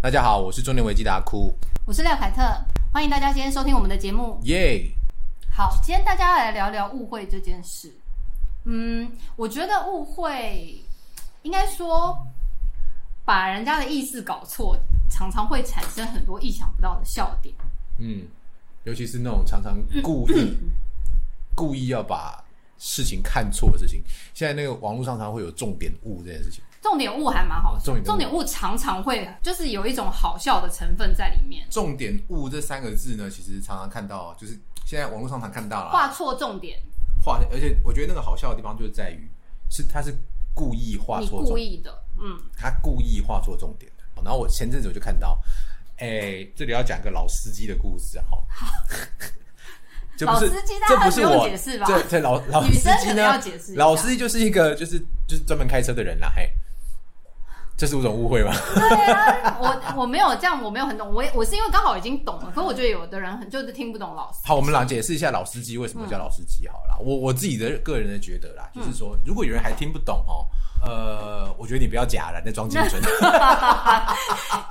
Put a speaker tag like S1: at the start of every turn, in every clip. S1: 大家好，我是中年危机达哭，
S2: 我是廖凯特，欢迎大家今天收听我们的节目。
S1: 耶、
S2: 好，今天大家来聊聊误会这件事。嗯，我觉得误会应该说把人家的意思搞错，常常会产生很多意想不到的笑点。
S1: 嗯，尤其是那种常常故 意故意要把事情看错的事情，现在那个网络上常常会有重点误这件事情。
S2: 重点误还蛮好笑
S1: 重点误
S2: 重点误常常会就是有一种好笑的成分在里面，
S1: 重点误这三个字呢，其实常常看到，就是现在网络上常看到啦，
S2: 画错重点，
S1: 画，而且我觉得那个好笑的地方就是在于，是他是故意画
S2: 你
S1: 错重
S2: 故意的，嗯，
S1: 他故意画错重点的。然后我前阵子我就看到，哎、这里要讲个老司机的故事啊，哈，这不是
S2: 老司机
S1: 这
S2: 大家
S1: 不是
S2: 不用
S1: 我
S2: 解释吧
S1: 这这老老司
S2: 女生
S1: 机
S2: 可
S1: 呢
S2: 能要解释一下
S1: 老司机就是一个就是就是专门开车的人啦，嘿，这是五种误会吗？
S2: 对啊，我我没有这样，我没有很懂，我也我是因为刚好已经懂了，可我觉得有的人很就是听不懂老师。
S1: 好，我们来解释一下老司机为什么叫老司机好了啦。我我自己的个人的觉得啦，
S2: 嗯
S1: 就是说，如果有人还听不懂哦，呃，我觉得你不要假了，在装清 纯。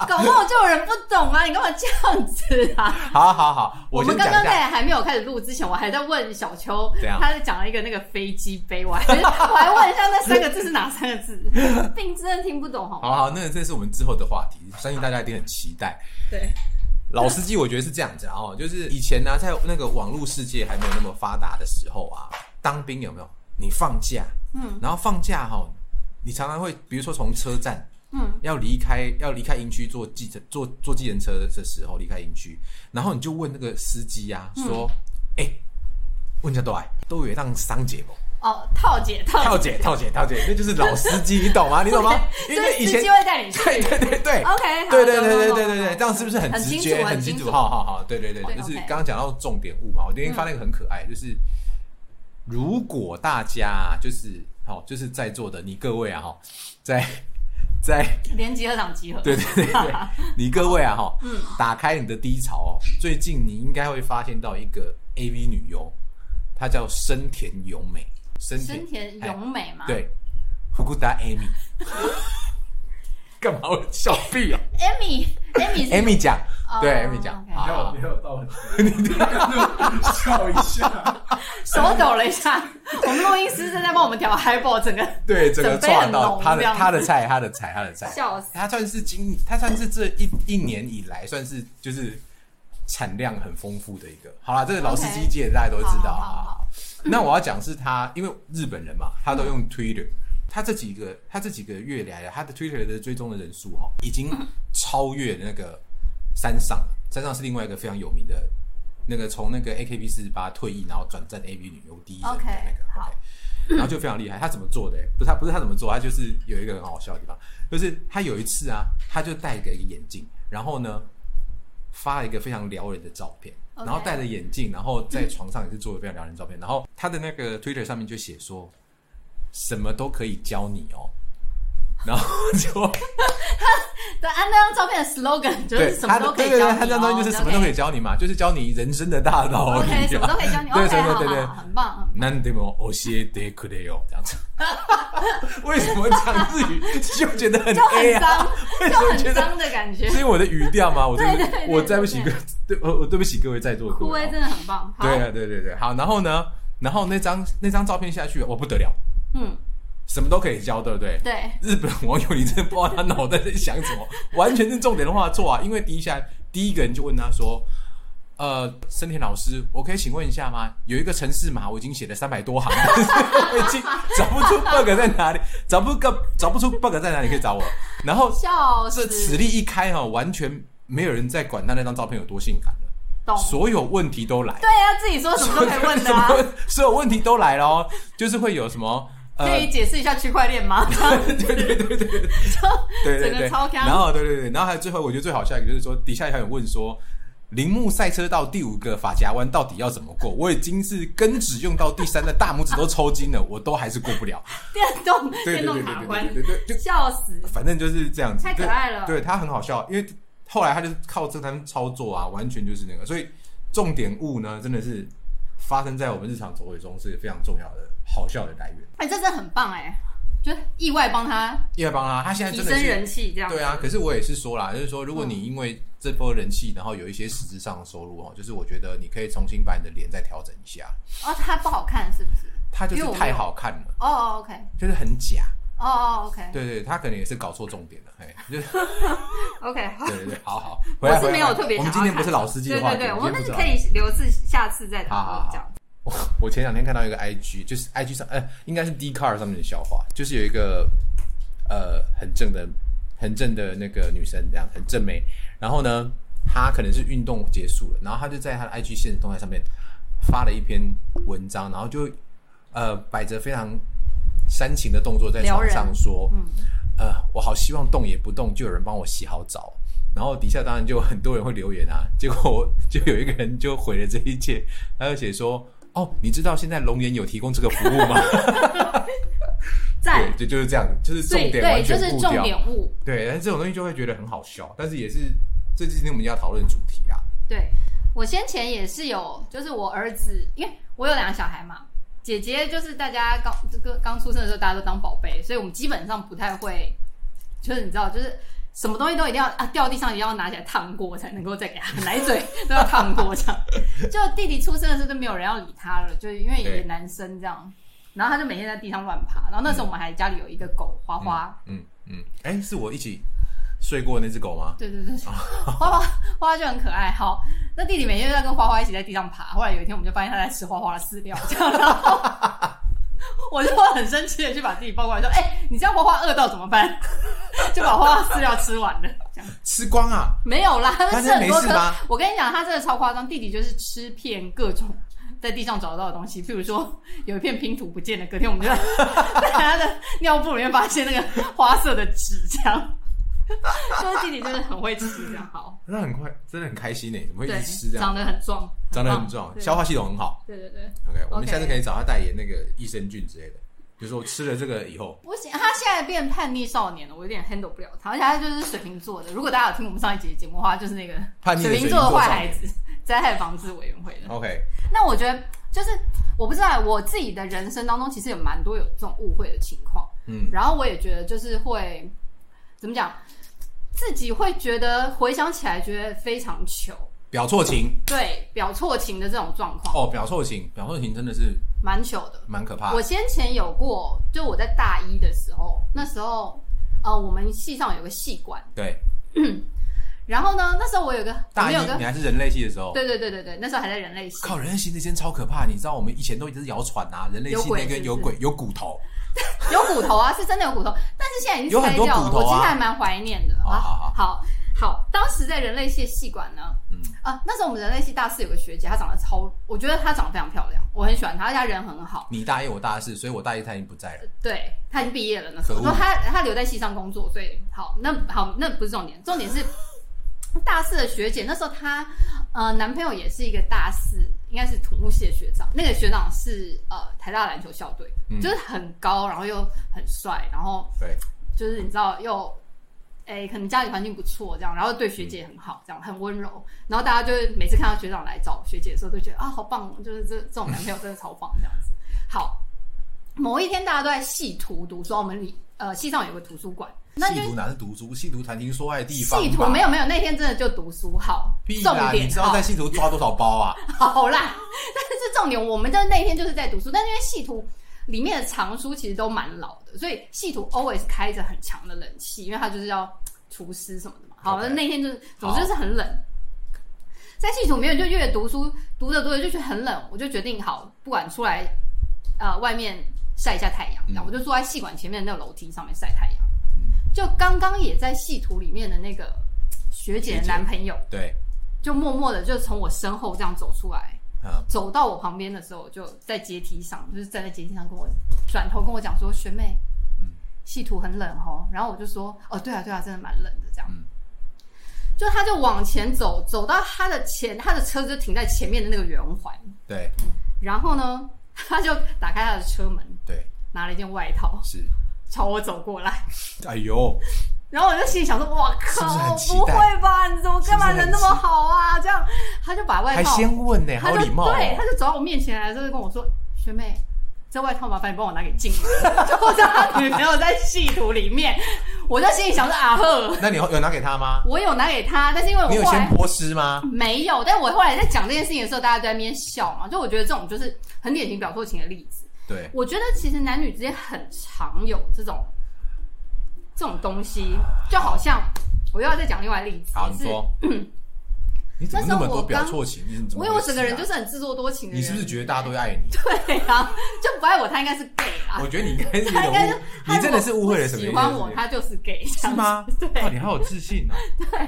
S2: 搞不好就有人不懂啊！你干嘛这样子 啊？
S1: 好好好，
S2: 我
S1: 先
S2: 们
S1: 讲
S2: 刚
S1: 一
S2: 刚
S1: 下。
S2: 在还没有开始录之前，我还在问小秋
S1: 怎样，
S2: 他讲了一个那个飞机杯，我还我还问一下那三个字是哪三个字， 并真的听不懂哦哈。
S1: 好好，那这是我们之后的话题，相信大家一定很期待。
S2: 对，
S1: 老司机，我觉得是这样子啊哦，就是以前呢、在那个网络世界还没有那么发达的时候啊，当兵有没有？你放假，嗯，然后放假哈、你常常会，比如说从车站，
S2: 嗯，
S1: 要离开要离开营区坐计程坐坐计程车的时候离开营区，然后你就问那个司机啊，说，哎、问一下多来，都有一趟桑姐不？
S2: 哦，套姐套
S1: 套，姐，套姐，套姐，那就是老司机，你懂吗？你懂 吗？
S2: 所
S1: 因为
S2: 以
S1: 以
S2: 司
S1: 前
S2: 机会带你去。
S1: 对对对对
S2: OK，好
S1: 对对
S2: 懂
S1: 对对
S2: 懂
S1: 对
S2: 懂
S1: 对对，
S2: 懂
S1: 这样是不是很
S2: 很
S1: 直
S2: 清
S1: 接、
S2: 楚
S1: 很
S2: 很
S1: 清
S2: 清
S1: 楚？
S2: 楚
S1: 好好好，对对对，
S2: 对
S1: 就是
S2: OK 嗯
S1: 刚刚讲到重点物嘛，我那天发那个很可爱，就是如果大家就是好，就是在座的你各位啊，哈，在在
S2: 连集合场集合，
S1: 对对对 对，你各位啊，哈，
S2: 嗯
S1: 打开你的低潮哦，最近你应该会发现到一个 AV 女优，她叫深田由美，深
S2: 深田啊
S1: 哎
S2: 咏美嘛，
S1: 对，福古达 Amy，干嘛我笑屁啊？
S2: ，Amy，Amy 是
S1: Amy 讲，
S2: 哦
S1: 对 Amy 讲，
S2: OK
S1: 好
S3: 没有
S1: 好
S3: 没有到很，笑一下，
S2: 手抖了一下，我们录音师正在帮我们调 highball，整个
S1: 对，整个
S2: 整杯
S1: 撞
S2: 很
S1: 到
S2: 浓
S1: 他的
S2: 这样
S1: 他的菜，他的菜，他的菜，
S2: 笑死。
S1: 他算是今他算是这一一年以来算是就是产量很丰富的一个。好啦，这个老司机
S2: OK
S1: 界大家都知道
S2: 好好嗯
S1: 啊
S2: 好。
S1: 那我要讲是他，因为日本人嘛，他都用 Twitter，他这几个他这几个月来啊，他的 Twitter 的追踪的人数哈，已 经超越那个山上了。山上是另外一个非常有名的，那个从那个 AKB 四十八退役，然后转战 AV 女优第一人的那
S2: OK，
S1: 个 o
S2: 好
S1: k 然后就非常厉害。他怎么做的、不是他，不是他怎么做，他就是有一个很好笑的地方，就是他有一次啊，他就戴个眼镜，然后呢发了一个非常撩人的照片
S2: OK
S1: 然后戴着眼镜，然后在床上也是做了非常撩人的照片，然后他的那个 Twitter 上面就写说什么都可以教你哦，然后就。
S2: 对，安那张照片的 slogan 就是
S1: 对，
S2: 什
S1: 他
S2: 么
S1: 的
S2: 都可以
S1: 对对
S2: 教
S1: 对，
S2: 你、哦，
S1: 他这张东西就是什么都可以教你嘛，就是教你人生的大道理
S2: OK，,
S1: 啊。
S2: OK，什么都可以教你。
S1: 对
S2: OK，
S1: 对
S2: 好
S1: 对对对
S2: 好。好很棒。
S1: なんでも教えてくれよ，这样子。 为什么讲日语就觉得很
S2: 就很
S1: A 啊？
S2: 脏，
S1: 为什
S2: 就
S1: 么觉
S2: 很
S1: 得？
S2: 脏的感 觉
S1: 是。因为我的语调吗？我对
S2: 对对对
S1: 我对不起各对，我我对不起各位在座的各
S2: 枯
S1: 位
S2: 威
S1: 哦。
S2: 真的很棒。好，
S1: 对啊，对对对，好，然后呢，然后那张那张照片下去，哇哦不得了，
S2: 嗯，
S1: 什么都可以教，对不对？
S2: 对，
S1: 日本网友，你真的不知道他脑袋在想什么，完全是重点的话错啊！因为第一下，第一个人就问他说：“呃，森田老师，我可以请问一下吗？有一个城市码，我已经写了三百多行， 但是我已经找不出 bug 在哪里，找不个找不出 bug 在哪里，可以找我。”然后
S2: 笑
S1: 这
S2: 死，
S1: 此例一开哈、完全没有人在管他那张照片有多性感了，
S2: 懂。
S1: 所有问题都来，
S2: 对啊，自己说什么哦都可以问 的啊。
S1: 所有问题都来了哦，就是会有什么呃
S2: 可以解释一下区块链吗？
S1: 对对对对对，对对
S2: 整
S1: 对，
S2: 个超强
S1: 然后对对对，然后还有最后我觉得最好笑一个就是说，底下还有人问说，铃木赛车道第五个法夹弯到底要怎么过？我已经是根指用到第三的大拇指都抽筋了，我都还是过不了。
S2: 电动
S1: 对对对
S2: 电动
S1: 对
S2: 卡关
S1: 对，对对，就
S2: 笑死。
S1: 反正就是这样子，
S2: 太可爱了
S1: 对对他很好笑，因为后来他就是靠这单操作啊，完全就是那个，所以重点物呢，真的是发生在我们日常生活中是非常重要的好笑的来源。
S2: 哎，这真的很棒哎。就意外帮他
S1: 因为帮他，他现在
S3: 提
S1: 真的
S3: 升
S1: 是
S3: 人气这样子。嗯
S1: 对啊。可是我也是说啦，就是说，如果你因为这波人气，然后有一些实质上的收入哦，就是我觉得你可以重新把你的脸再调整一下。
S2: 哦，他不好看是不是？
S1: 他就
S2: 因
S1: 是
S2: 为我没
S1: 太
S2: 有
S1: 好看了，
S2: 哦哦，OK，
S1: 就是很假。
S2: 哦哦，OK，
S1: 对对，他可能也是搞错重点了，哎，就是
S3: OK，好
S1: 对对 对，好好，回
S3: 我
S1: 来
S3: 是
S1: 回来
S3: 没有特别
S1: 我们
S3: 想
S1: 今
S3: 要
S1: 天不
S3: 看
S1: 是老司机
S3: 对
S1: 的话
S3: 对
S1: 题，
S3: 对，
S1: 我
S3: 我
S1: 们
S3: 们
S1: 今天不是
S3: 可
S1: 老
S3: 以留次下次再讨论这样。
S1: 我前两天看到一个 IG，就是 IG 上，呃，应该是 d c a r 上面的笑话，就是有一个呃很正的、很正的那个女生，这样很正妹。然后呢，她可能是运动结束了，然后她就在她的 IG 现实动态上面发了一篇文章，然后就呃摆着非常煽情的动作在
S2: 撩
S1: 床
S2: 人
S1: 上说，呃，我好希望动也不动就有人帮我洗好澡。然后底下当然就很多人会留言啊， 结果就有一个人就毁了这一切，他就写说：“哦，你知道现在龙岩有提供这个服务吗？”
S3: 在
S1: 对，就就是这样，就是重点
S2: 对，
S1: 完
S2: 就
S1: 全
S2: 是
S1: 不
S2: 重
S1: 掉。
S2: 点物，
S1: 对，但是这种东西就会觉得很好笑，但是也是这今天我们要讨论的主题啊。
S2: 对我先前也是有，就是我儿子，因为我有两个小孩嘛，姐姐就是大家刚这个刚出生的时候，大家都当宝贝，所以我们基本上不太会，就是你知道，就是什么东西都一定要啊掉地上，一定要拿起来烫过，才能够再给他奶 嘴都要烫过这样。就弟弟出生的时候，就没有人要理他了，就是因为也
S1: 对
S2: 男生这样。然后他就每天在地上乱爬，然后那时候我们还家里有一个狗花花，
S1: 嗯嗯，哎、是我一起睡过的那只狗吗？
S2: 对对对，花花花花就很可爱。好，那弟弟每天都在跟花花一起在地上爬。后来有一天，我们就发现他在吃花花的饲料，这样，然后我就很生气的去把自己抱过来说：“哎、你这样花花饿到怎么办？”就把花花饲料吃完了，这样
S1: 吃光啊！
S2: 没有啦，他
S1: 他
S2: 们吃
S1: 真的
S2: 很
S1: 没
S2: 多
S1: 事
S2: 颗
S1: 吗。
S2: 我跟你讲，他真的超夸张，弟弟就是吃遍各种。在地上找到的东西，譬如说有一片拼图不见了，隔天我们就在 在他的尿布里面发现那个花色的纸，这样， 就是弟弟真的很会吃，这样好。
S1: 那很快，真的很开心呢、怎么会一
S2: 对，
S1: 直吃这样？
S2: 长得很壮，
S1: 长得很
S2: 棒
S1: 壮，
S2: 对
S1: 消化系统很好。
S2: 对对对，
S1: OK，我们
S2: OK
S1: 下次可以找他代言那个益生菌之类的。比如说我吃了这个以后，
S2: 不行，他现在变叛逆少年了，我有点 handle 不了他，而且他就是水瓶座的。如果大家有听我们上一集的节目的话，就是那个
S1: 叛逆的
S2: 瓶的坏孩子，灾害防治委员会的。
S1: OK，
S2: 那我觉得就是我不知道我自己的人生当中，其实有蛮多有这种误会的情况。
S1: 嗯，
S2: 然后我也觉得就是会怎么讲，自己会觉得回想起来觉得非常糗，
S1: 表错情
S2: 对，表错情的这种状况，
S1: 哦，表错情，表错情真的是
S2: 蛮糗的。
S1: 蛮可怕
S2: 我
S1: 的。
S2: 先前有过，就我在大一的时候，那时候呃，我们系上有个系馆，
S1: 对，
S2: 然后呢，那时候我有个我
S1: 大
S2: 们有
S1: 一
S2: 个
S1: 你还是人类系的时候，
S2: 对对对对对，那时候还在人类系，
S1: 靠，人类系那间超可怕。你知道我们以前都一直是谣传啊，人类
S2: 有
S1: 系
S2: 鬼
S1: 那
S2: 是
S1: 个
S2: 不
S1: 有
S2: 是
S1: 鬼有骨头。
S2: 有骨头啊，是真的有骨头，但是现在已经
S1: 有很
S2: 拆
S1: 多
S2: 掉了，
S1: 骨头啊
S2: 我其实还蛮怀念的
S1: 好好
S2: 好好好当时在人类系的系馆呢，
S1: 嗯
S2: 啊，那时候我们人类系大四有个学姐，她长得超，我觉得她长得非常漂亮，我很喜欢她，而且她人很好。
S1: 你大一我大四，所以我大一他已经不在了。
S2: 对他已经毕业了，那时候
S1: 可恶
S2: 说他他留在系上工作，所以好，那好，那不是重点，重点 是大四的学姐，那时候她呃男朋友也是一个大四，应该是土木系的学长，那个学长是呃台大篮球校队的，
S1: 嗯
S2: 就是很高，然后又很帅，然后
S1: 对，
S2: 就是你知道又，哎、可能家里环境不错这样，然后对学姐很好，这样很温柔，然后大家就是每次看到学长来找学姐的时候，都觉得啊好棒哦，就是这这种男朋友真的超棒这样子。好，某一天大家都在系图读书，我们里呃系上有个图书馆，那就
S1: 信徒哪是读书？信徒谈情说爱的地方吧。
S2: 系图没有没有，那天真的就读书好，
S1: 屁
S2: 重
S1: 啦！你
S2: 点
S1: 知道
S2: 好
S1: 在信徒抓多少包啊？
S2: 好啦， 但是重点我们的那一天就是在读书，但是因为系图里面的藏书其实都蛮老的，所以系图 always 开着很强的冷气，因为它就是要除湿什么的嘛。好，
S1: OK
S2: 那那天就是总之就是很冷。在系图里面就越读书读着读着就觉得很冷，我就决定好，不管出来呃外面晒一下太阳，这样、
S1: 嗯
S2: 我就坐在系馆前面的那个楼梯上面晒太阳。就刚刚也在系图里面的那个学姐
S1: 学
S2: 的
S1: 姐
S2: 男朋友，
S1: 对，
S2: 就默默的就从我身后这样走出来，
S1: 嗯，
S2: 走到我旁边的时候，就在阶梯上，就是站在阶梯上跟我转头跟我讲说：“学妹，
S1: 嗯
S2: 系图很冷哦。”然后我就说：“哦，对啊，对啊，真的蛮冷的。”这样，
S1: 嗯
S2: 就他就往前走，走到他的前，他的车就停在前面的那个圆环，
S1: 对
S2: 然后呢， 他就打开他的车门，
S1: 对
S2: 拿了一件外套
S1: 是。
S2: 朝我走过来，
S1: 哎呦，
S2: 然后我就心里想说：“哇
S1: 是不是
S2: 靠，
S1: 很期
S2: 不
S1: 待
S2: 会吧？你怎么干嘛
S1: 是不是很
S2: 人那
S1: 期
S2: 么好啊？”这样，他就把外
S1: 还
S2: 套
S1: 先问呢，
S2: 他
S1: 好
S2: 就
S1: 礼貌哦。
S2: 对，他就走到我面前来，就是跟我说：“学妹，这外套麻烦你帮我拿给静茹， 就或者他女朋友在戏图里面，我在心里想说啊呵，
S1: 那你有有拿给他吗？
S2: 我有拿给他，但是因为
S1: 你有
S2: 我后
S1: 先
S2: 来
S1: 泼湿吗？
S2: 没有，但我后来在讲这件事情的时候，大家都在那边笑嘛，就我觉得这种就是很典型表错情的例子。
S1: 对，
S2: 我觉得其实男女之间很常有这种这种东西，就好像我又要再讲另外例子，
S1: 好，
S2: 也
S1: 你
S2: 是
S1: 说，你怎么那么
S2: 那时候
S1: 多
S2: 我
S1: 表
S2: 刚
S1: 错情？你怎么
S2: 我
S1: 回
S2: 因
S1: 事啊？
S2: 为我整个人就是很自作多情的人，
S1: 你是不是觉得大家都爱你？
S2: 对啊？就不爱我，他应该是 gay 啊。
S1: 我觉得你应该是有
S2: 他应该
S1: 点
S2: 是
S1: 误，你真的是误会了什么？
S2: 喜欢我，他就是 gay，这
S1: 是
S2: 样子
S1: 吗？
S2: 对
S1: 哇，你好有自信哦。
S2: 对，
S1: 好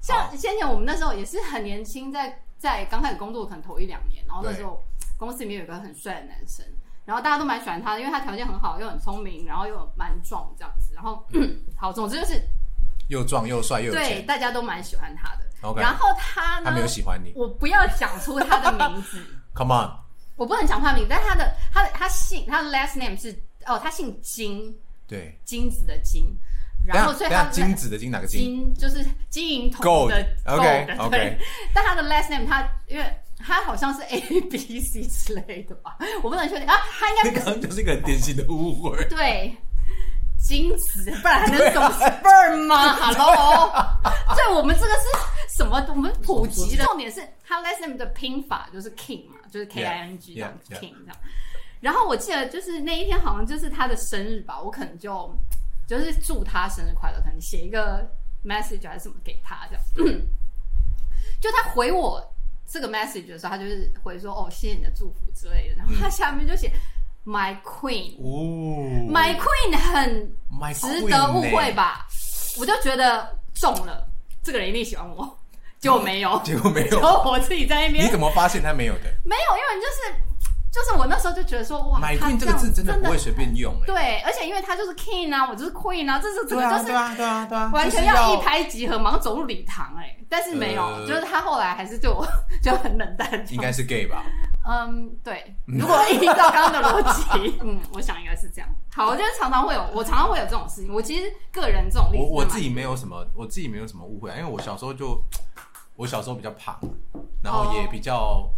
S2: 像先前我们那时候也是很年轻，在在刚开始工作可能头一两年，然后那时候公司里面有一个很帅的男生，然后大家都蛮喜欢他的，因为他条件很好，又很聪明，然后又蛮壮这样子，然后 好，总之就是
S1: 又壮又嗯帅又有
S2: 对
S1: 钱
S2: 大家都蛮喜欢他的。
S1: ，OK，
S2: 然后他
S1: 他
S2: 呢
S1: 没有，喜欢你
S2: 我不要讲出他的名 字，
S1: ，Come on，
S2: 我不能讲他的名字，但他的他的他姓他的 last name 是哦，他姓金，
S1: 对。
S2: 金子的金，然后
S1: 等一下
S2: 所
S1: 等
S2: 以
S1: 一
S2: 他
S1: 下
S2: 的
S1: 金子的金哪个金
S2: 金就是金银铜的
S1: ？Gold，OK
S2: 的
S1: OK，
S2: 对。但他的 last name 他因为他好像是 A B C 之类的吧，我不能确定啊，他应
S1: 那
S2: 该不
S1: 刚
S2: 是
S1: 刚就是一个很典型的误会。
S2: 对金子，不然还能怎么 sperm 吗？Hello，对我们这个是什么？我们普及的重点是他 last name 的拼法就是 King 嘛，就是 K I N G 这样
S1: Yeah, yeah.
S2: King 这样。然后我记得就是那一天好像就是他的生日吧，我可能就就是祝他生日快乐，可能写一个 message 还是什么给他这样。 就他回我这个 message 的时候，他就是回说哦谢谢你的祝福之类的，然后他下面就写 My Queen。
S1: 哦
S2: My Queen 很
S1: My
S2: 值
S1: queen
S2: 得误会
S1: 呢？
S2: 吧？我就觉得中了，这个人一定喜欢我，结果没有，
S1: 结果没
S2: 结
S1: 有，
S2: 果我自己在那边
S1: 你怎么发现他没有的
S2: 没有，因为就是就是我那时候就觉得说哇
S1: ？My
S2: 他
S1: queen 这个
S2: 样
S1: 字真
S2: 真
S1: 的不会随便用哎。
S2: 对，而且因为他就是 King 啊，我就是 Queen 啊，这是
S1: 对
S2: 整个
S1: 啊，
S2: 就是
S1: 对啊，对啊，对啊，
S2: 完全
S1: 就是要
S2: 一拍即合，马上走入礼堂哎、但是没有，
S1: 呃
S2: 就是他后来还是对我就 很冷淡。
S1: 应该是 gay 吧？
S2: 嗯，对，如果依照刚刚的逻 辑，嗯，我想应该是这样。好，我觉得常常会有，我常常会有这种事情。我其实个人这种例子
S1: 我我
S2: 真的蛮
S1: 自己没有什么，我自己没有什么误会啊，因为我小时候就，我小时候比较胖，然后也
S2: 哦
S1: 比较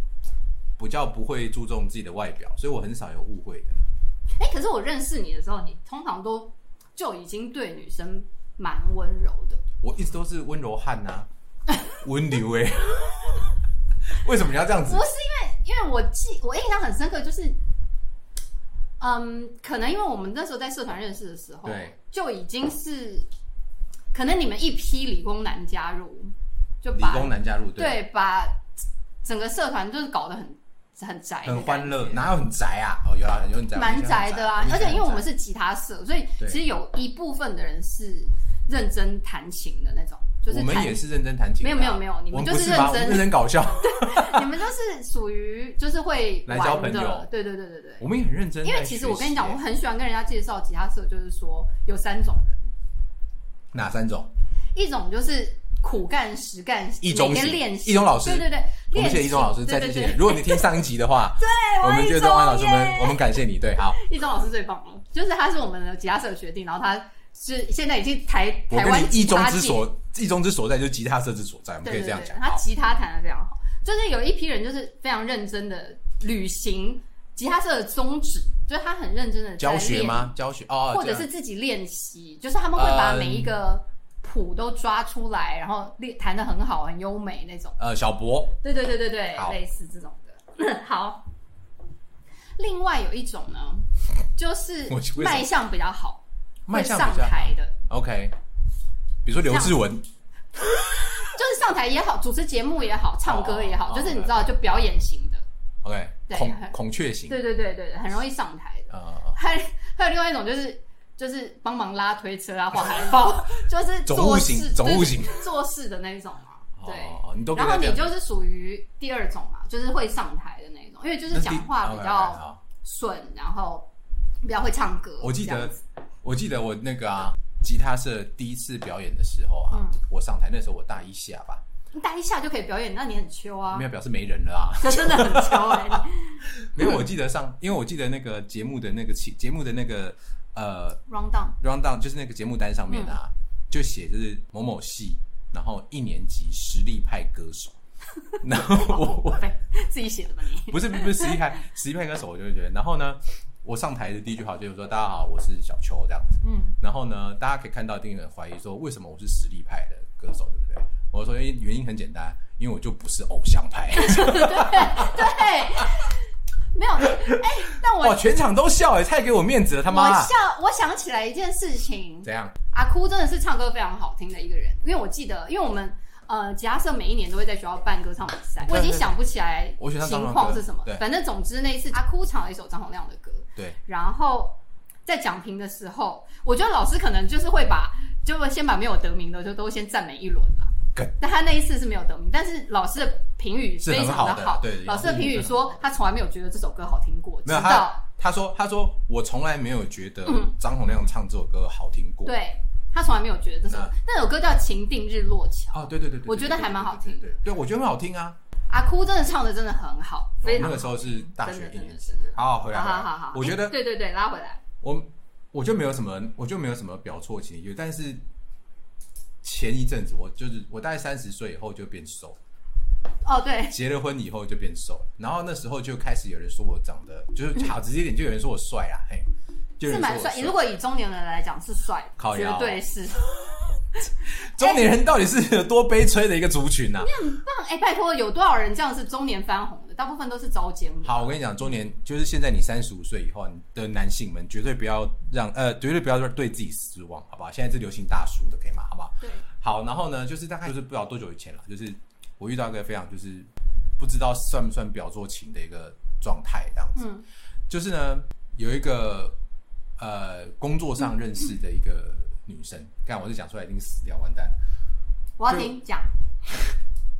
S1: 比较不会注重自己的外表，所以我很少有误会的。
S2: 哎、可是我认识你的时候，你通常都就已经对女生蛮温柔的。
S1: 我一直都是温柔汉呐、温流哎， 为什么你要这样
S2: 不
S1: 子
S2: 是？因为，因为我记我印象很深刻，就是，嗯，可能因为我们那时候在社团认识的时候
S1: 对，
S2: 就已经是，可能你们一批理工男加入，就
S1: 理
S2: 把
S1: 工男加入
S2: 对把整个社团就是搞得很很宅，
S1: 很欢乐，。哪有很宅啊？哦，有啊，有很宅，
S2: 蛮宅的啊，
S1: 我
S2: 而
S1: 以前很宅
S2: 且因为我们是吉他社，所以
S1: 对
S2: 其实有一部分的人是认真弹琴的那种，就是
S1: 我们
S2: 弹
S1: 也是认真弹琴的啊，
S2: 没有没有没有你
S1: 我
S2: 们
S1: 们不
S2: 就是
S1: 是吧
S2: 认真
S1: 我们认真搞笑，
S2: 你们就是属于就是会
S1: 来
S2: 玩
S1: 交
S2: 的，
S1: 朋友
S2: 对对对对对。
S1: 我们也很认真在学习
S2: 因
S1: 耶。
S2: 为其实我跟你讲，我很喜欢跟人家介绍吉他社，就是说有三种人，
S1: 哪三种？
S2: 一种就是苦干实干，
S1: 一中
S2: 每天
S1: 型
S2: 练习，
S1: 一中老师
S2: 对对对，
S1: 我们谢谢
S2: 练习
S1: 一中老师在
S2: 对
S1: 这
S2: 对
S1: 些
S2: 对。
S1: 如果你听上一集的话，对，我们觉得
S2: 我
S1: 中安老师，
S2: 一
S1: 我
S2: 中
S1: 们
S2: 耶
S1: 我们感谢你。对，好，
S2: 一中老师最棒了，就是他是我们的吉他社的学弟，然后他是现在已经台
S1: 我
S2: 台
S1: 跟
S2: 湾
S1: 你一中之
S2: 吉他界
S1: 所，一中之所在就是吉他社之所在，我们可
S2: 对
S1: 以
S2: 对
S1: 这样
S2: 对，
S1: 讲。
S2: 他
S1: 好，
S2: 吉他弹的非常好，就是有一批人就是非常认真的履行吉他社的宗旨，就是他很认真的
S1: 教学？吗？教学哦，
S2: 或者
S1: 这
S2: 是
S1: 样嗯
S2: 自己练习，就是他们会把每一个谱都抓出来，然后练弹的很好，很优美那种。
S1: 呃小博
S2: 对对对对对
S1: 好，
S2: 类似这种的。 好，另外有一种呢，就是
S1: 我为什么
S2: 卖相比较好，
S1: 卖相
S2: 会
S1: 比较
S2: 上
S1: 好
S2: 台的，
S1: ，OK。比如说刘志文，
S2: 就是上台也好，主持节目也好，唱歌也
S1: 哦
S2: 好，就是你知道，就表演型的。
S1: OK，
S2: 对
S1: 孔
S2: 很
S1: 孔雀型，
S2: 对对对对，对很容易上台的。
S1: 呃，
S2: 还还有另外一种就是就是帮忙拉推车啊、 画海报，就是
S1: 总务
S2: 做
S1: 型
S2: 事
S1: 总务型
S2: 就是做事的那一种嘛。对，
S1: 哦，你都可以
S2: 然后
S1: 这
S2: 你
S1: 样
S2: 就是属于第二种嘛，就是会上台的那一种，因为就是讲话比
S1: 那第
S2: 较顺，然后比较会唱歌。
S1: 我记
S2: 这样
S1: 得
S2: 子，
S1: 我记得我那个啊，吉他社第一次表演的时候啊，
S2: 嗯
S1: 我上台那时候我大一下吧，
S2: 你大一下就可以表演，那你很秋啊
S1: 没，有表示没人了啊，
S2: 这真的很秋哎、
S1: 没有，我记得上，因为我记得那个节目的那个起节目的那个呃
S2: round down，
S1: round down，就是那个节目单上面
S2: 嗯
S1: 啊，就写就是某某系，然后一年级实力派歌手，然后我我
S2: 对，自己写的吧你？
S1: 不是不是实力派实力派歌手，我就会觉得，然后呢，我上台的第一句话就是说：“大家好，我是小邱。”这样子。
S2: 嗯，
S1: 然后呢，大家可以看到，一定有人怀疑说，为什么我是实力派的歌手，对不对？我说，因为原因很简单，因为我就不是偶像派。
S2: 对，没有，哎、但 我
S1: 哇，全场都笑哎，太给我面子了，他
S2: 我
S1: 妈！
S2: 想我想起来一件事情，
S1: 怎样？
S2: 阿哭真的是唱歌非常好听的一个人，因为我记得，因为我们呃吉他社每一年都会在学校办歌唱比赛，我已经想不起来
S1: 我选他张
S2: 情
S1: 荣
S2: 况
S1: 歌
S2: 是什么
S1: 对，
S2: 反正总之那一次阿哭唱了一首张洪量的歌，
S1: 对，
S2: 然后在讲评的时候，我觉得老师可能就是会把，就会先把没有得名的就都先赞美一轮吧
S1: 对。
S2: 但他那一次是没有得名，但是老师的评语非常
S1: 是
S2: 的
S1: 很好的对
S2: 老师的评语
S1: 老
S2: 说
S1: 师
S2: 他从来没有觉得这首歌好听过，直
S1: 没有
S2: 到
S1: 他，他说，他说我从来没有觉得
S2: 嗯
S1: 张洪量唱这首歌好听过。，
S2: 对他从来没有觉得这首
S1: 那
S2: 那首歌叫《情定日落桥》，
S1: 哦，对对对对，
S2: 我觉得还蛮好听
S1: 对，对对对对，我觉得很好听啊。
S2: 阿哭真的唱的真的很好，
S3: 非
S1: 哦那
S3: 常
S1: 个时候是大
S3: 真
S1: 学
S3: 的
S1: 一
S3: 真的
S1: 年级
S3: 真的。
S1: 好好回来，
S2: 好
S1: 回来
S2: 好好好，
S1: 我觉得
S2: 对对对，拉回来，
S1: 我我就没有什么，我就没有什么表错情绪，但是前一阵子我就是我大概三十岁以后就变瘦，
S2: 哦对，
S1: 结了婚以后就变瘦，然后那时候就开始有人说我长得就是好直接点，就有人说我帅啊，嘿，就有人
S2: 是
S1: 说
S2: 蛮
S1: 我
S2: 帅，如果以中年人来讲是帅，
S1: 靠腰
S2: 绝对是。
S1: 中年人到底是有多悲催的一个族群啊？
S2: 棒哎、拜托，有多少人这样是中年翻红的？大部分都是遭奸的。
S1: 好，我跟你讲，中年就是现在你三十五岁以后你的男性们，绝对不要让呃，绝对不要对自己失望，好不好？现在是流行大叔的，可以吗？好不好？
S2: 对，
S1: 好，然后呢，就是大概就是不知道多久以前了，就是我遇到一个非常就是不知道算不算表作情的一个状态，这样子。
S2: 嗯
S1: 就是呢，有一个呃工作上认识的一个女生，看我是讲出来已经死掉，完蛋了。
S2: 我要听讲。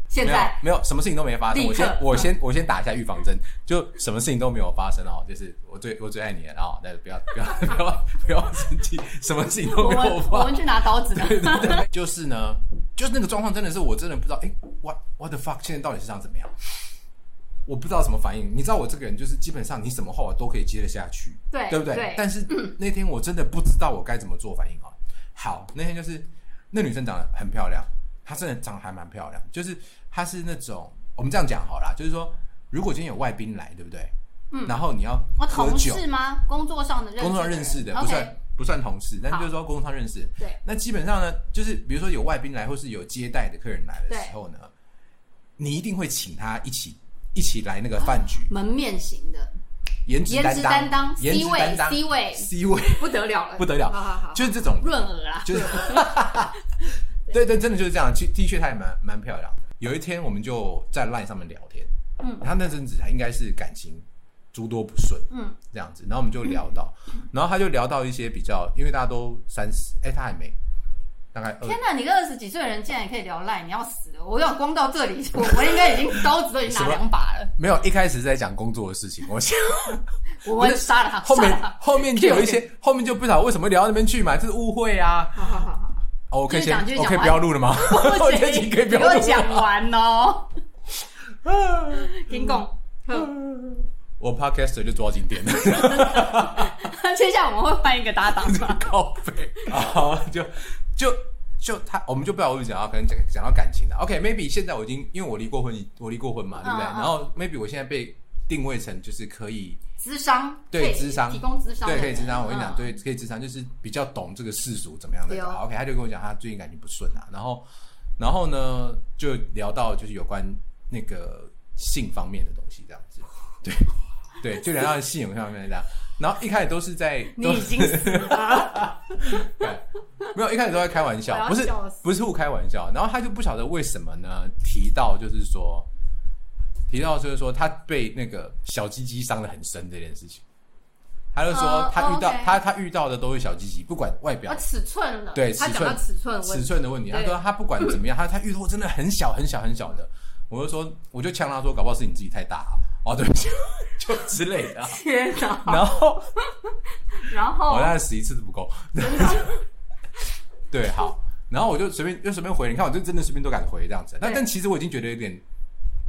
S2: 现
S1: 没有
S2: 在
S1: 没有什么事情都没发生，
S2: 立刻
S1: 我先我先我先打一下预防针，就什么事情都没有发生哦，就是我最我最爱你了，然后但是不要 不要不要不要生气，什么事情都
S2: 我
S1: 没
S2: 们
S1: 有
S2: 我
S1: 发
S2: 们去拿刀子了。
S1: 对对对，就是呢，就是那个状况真的是我真的不知道，哎、w h a t what the fuck，现在到底是长怎么样？我不知道怎么反应。你知道我这个人就是基本上你什么话我都可以接得下去，
S2: 对
S1: 不对？
S2: 对嗯
S1: 但是那天我真的不知道我该怎么做反应啊。好，那天就是那女生长得很漂亮，她真的长得还蛮漂亮，就是她是那种我们这样讲好啦，就是说如果今天有外宾来，对不对？
S2: 嗯
S1: 然后你要
S2: 我
S1: 喝
S2: 同
S1: 酒，
S2: 事吗？工作上的认识的人，
S1: 工作上认识的，不
S2: OK，
S1: 算不算同事，但
S2: 好
S1: 就是说工作上认识。
S2: 对，
S1: 那基本上呢，就是比如说有外宾来，或是有接待的客人来的时候呢，你一定会请他一起一起来那个饭局，
S2: 门面型的，
S1: 颜值
S2: 啊颜值担
S1: 担
S2: 当
S1: 当，
S2: ，C
S1: 颜值
S2: 位
S1: 担当
S2: ，C 位
S1: ，C 位
S2: 不得了 了，
S1: 不得了，
S3: 好好好，
S1: 就是这种，
S2: 润儿啊，
S1: 就是，对对，真的就是这样。其的确，她也蛮蛮漂亮的。有一天，我们就在 LINE 上面聊天，
S2: 嗯
S1: 她那阵子还应该是感情诸多不顺，
S2: 嗯，
S1: 这样子，然后我们就聊到，然后他就聊到一些比较，因为大家都三十，哎，他还没，大概
S2: 天
S1: 二，
S2: 哪，你个二十几岁的人竟然也可以聊赖，你要死了！我要光到这里，我我应该已经刀子都已经拿
S1: 什么
S2: 两把了，
S1: 没有一开始在讲工作的事情，我 想
S2: 我们杀了他，
S1: 后
S2: 杀了
S1: 面
S2: 他
S1: 后面就有一些，后面就不知道为什么聊到那边去嘛，这是误会啊。
S3: 好好好 好，
S1: 哦，我可以
S2: 继续
S1: 先
S2: 讲继续，
S1: 我
S2: 讲
S1: 可以
S2: 完
S1: 不要录了吗？ 我这集可以不
S2: 给
S1: 要
S2: 我
S1: 录
S2: 讲
S1: 了吗。
S2: 完哦， 听讲。
S3: 嗯
S1: 我 podcaster 就做到今天了，
S2: 接下来我们会换一个搭档 吗？
S1: 靠背啊，就就就他，我们就不要我讲到可能讲讲到感情了。OK，maybe、现在我已经因为我离过婚，我离过婚嘛，对不对？
S2: 嗯嗯
S1: 然后 maybe 我现在被定位成就是可以
S2: 智商
S1: 对
S2: 可以
S1: 智商
S2: 提供智商的
S1: 对，
S2: 人
S1: 可以智商。我跟你讲，
S2: 嗯
S1: 对，可以智商，就是比较懂这个世俗怎么样的人。
S2: 对哦
S1: 好 OK，他就跟我讲他最近感情不顺啊，然后，然后呢，就聊到就是有关那个性方面的东西，这样子。对，对，就聊到性方面这样。然后一开始都是在，
S2: 你
S1: 都
S2: 已经死了，
S1: 没有，一开始都在开玩
S3: 我
S1: 笑，
S3: 要
S1: 不是
S3: 笑死
S1: 不是互开玩笑。然后他就不晓得为什么呢，提到就是说，提到就是说他被那个小鸡鸡伤的很深这件事情，他就说
S2: 哦
S1: 他遇到、
S2: 哦，OK
S1: 他他遇到的都是小鸡鸡，不管外表
S2: 我哦尺寸 了，
S1: 对
S2: 他
S1: 尺寸
S2: 讲到尺寸问
S1: 尺
S2: 题，
S1: 寸的问题。他
S3: 对
S1: 说他不管怎么样，他他遇到真的很小很小很小的，我就说我就呛他说，搞不好是你自己太大、啊、哦，对不起， 就之类的啊、
S2: 天哪！
S1: 然后
S2: 然
S1: 我
S2: 后
S1: 大概十一次都不够。 对，好，然后我就随便就随便回，你看我就真的随便都敢回这样子。但
S2: 对
S1: 但其实我已经觉得有点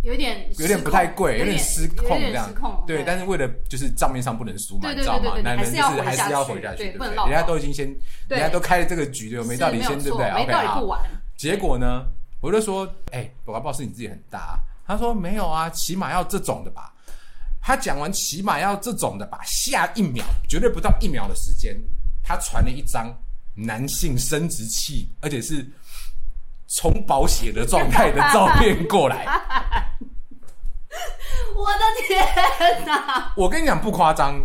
S2: 有点
S1: 有点不太贵，
S2: 有
S1: 点失控
S2: 有
S1: 这
S2: 点
S1: 样
S2: 失。控，
S1: 对，但是为了就是账面上不能输嘛，
S2: 对
S1: 你
S2: 对
S1: 知道
S2: 对
S1: 吗？
S2: 对对
S1: 男人
S2: 还是
S1: 就
S2: 要
S1: 是
S2: 回
S1: 还
S2: 下
S1: 是要
S2: 去
S1: 回下去，
S2: 对
S1: 对
S2: 不能
S1: 对？人家
S2: 落跑
S1: 都已经先，
S2: 对
S1: 人家都开了这个局，对不对？没道理
S2: 是
S1: 先，
S2: 有
S1: 对不
S2: 错
S1: 对
S2: 没
S1: ？OK，
S2: 道理
S1: 好
S2: 不。玩，
S1: 结果呢，我就说，哎、我搞不好是你自己很大、啊。他说没有啊，起码要这种的吧。他讲完起码要这种的吧，下一秒绝对不到一秒的时间，他传了一张男性生殖器，而且是充饱血的状态的照片过来。
S2: 我的天哪！
S1: 我跟你讲不夸张，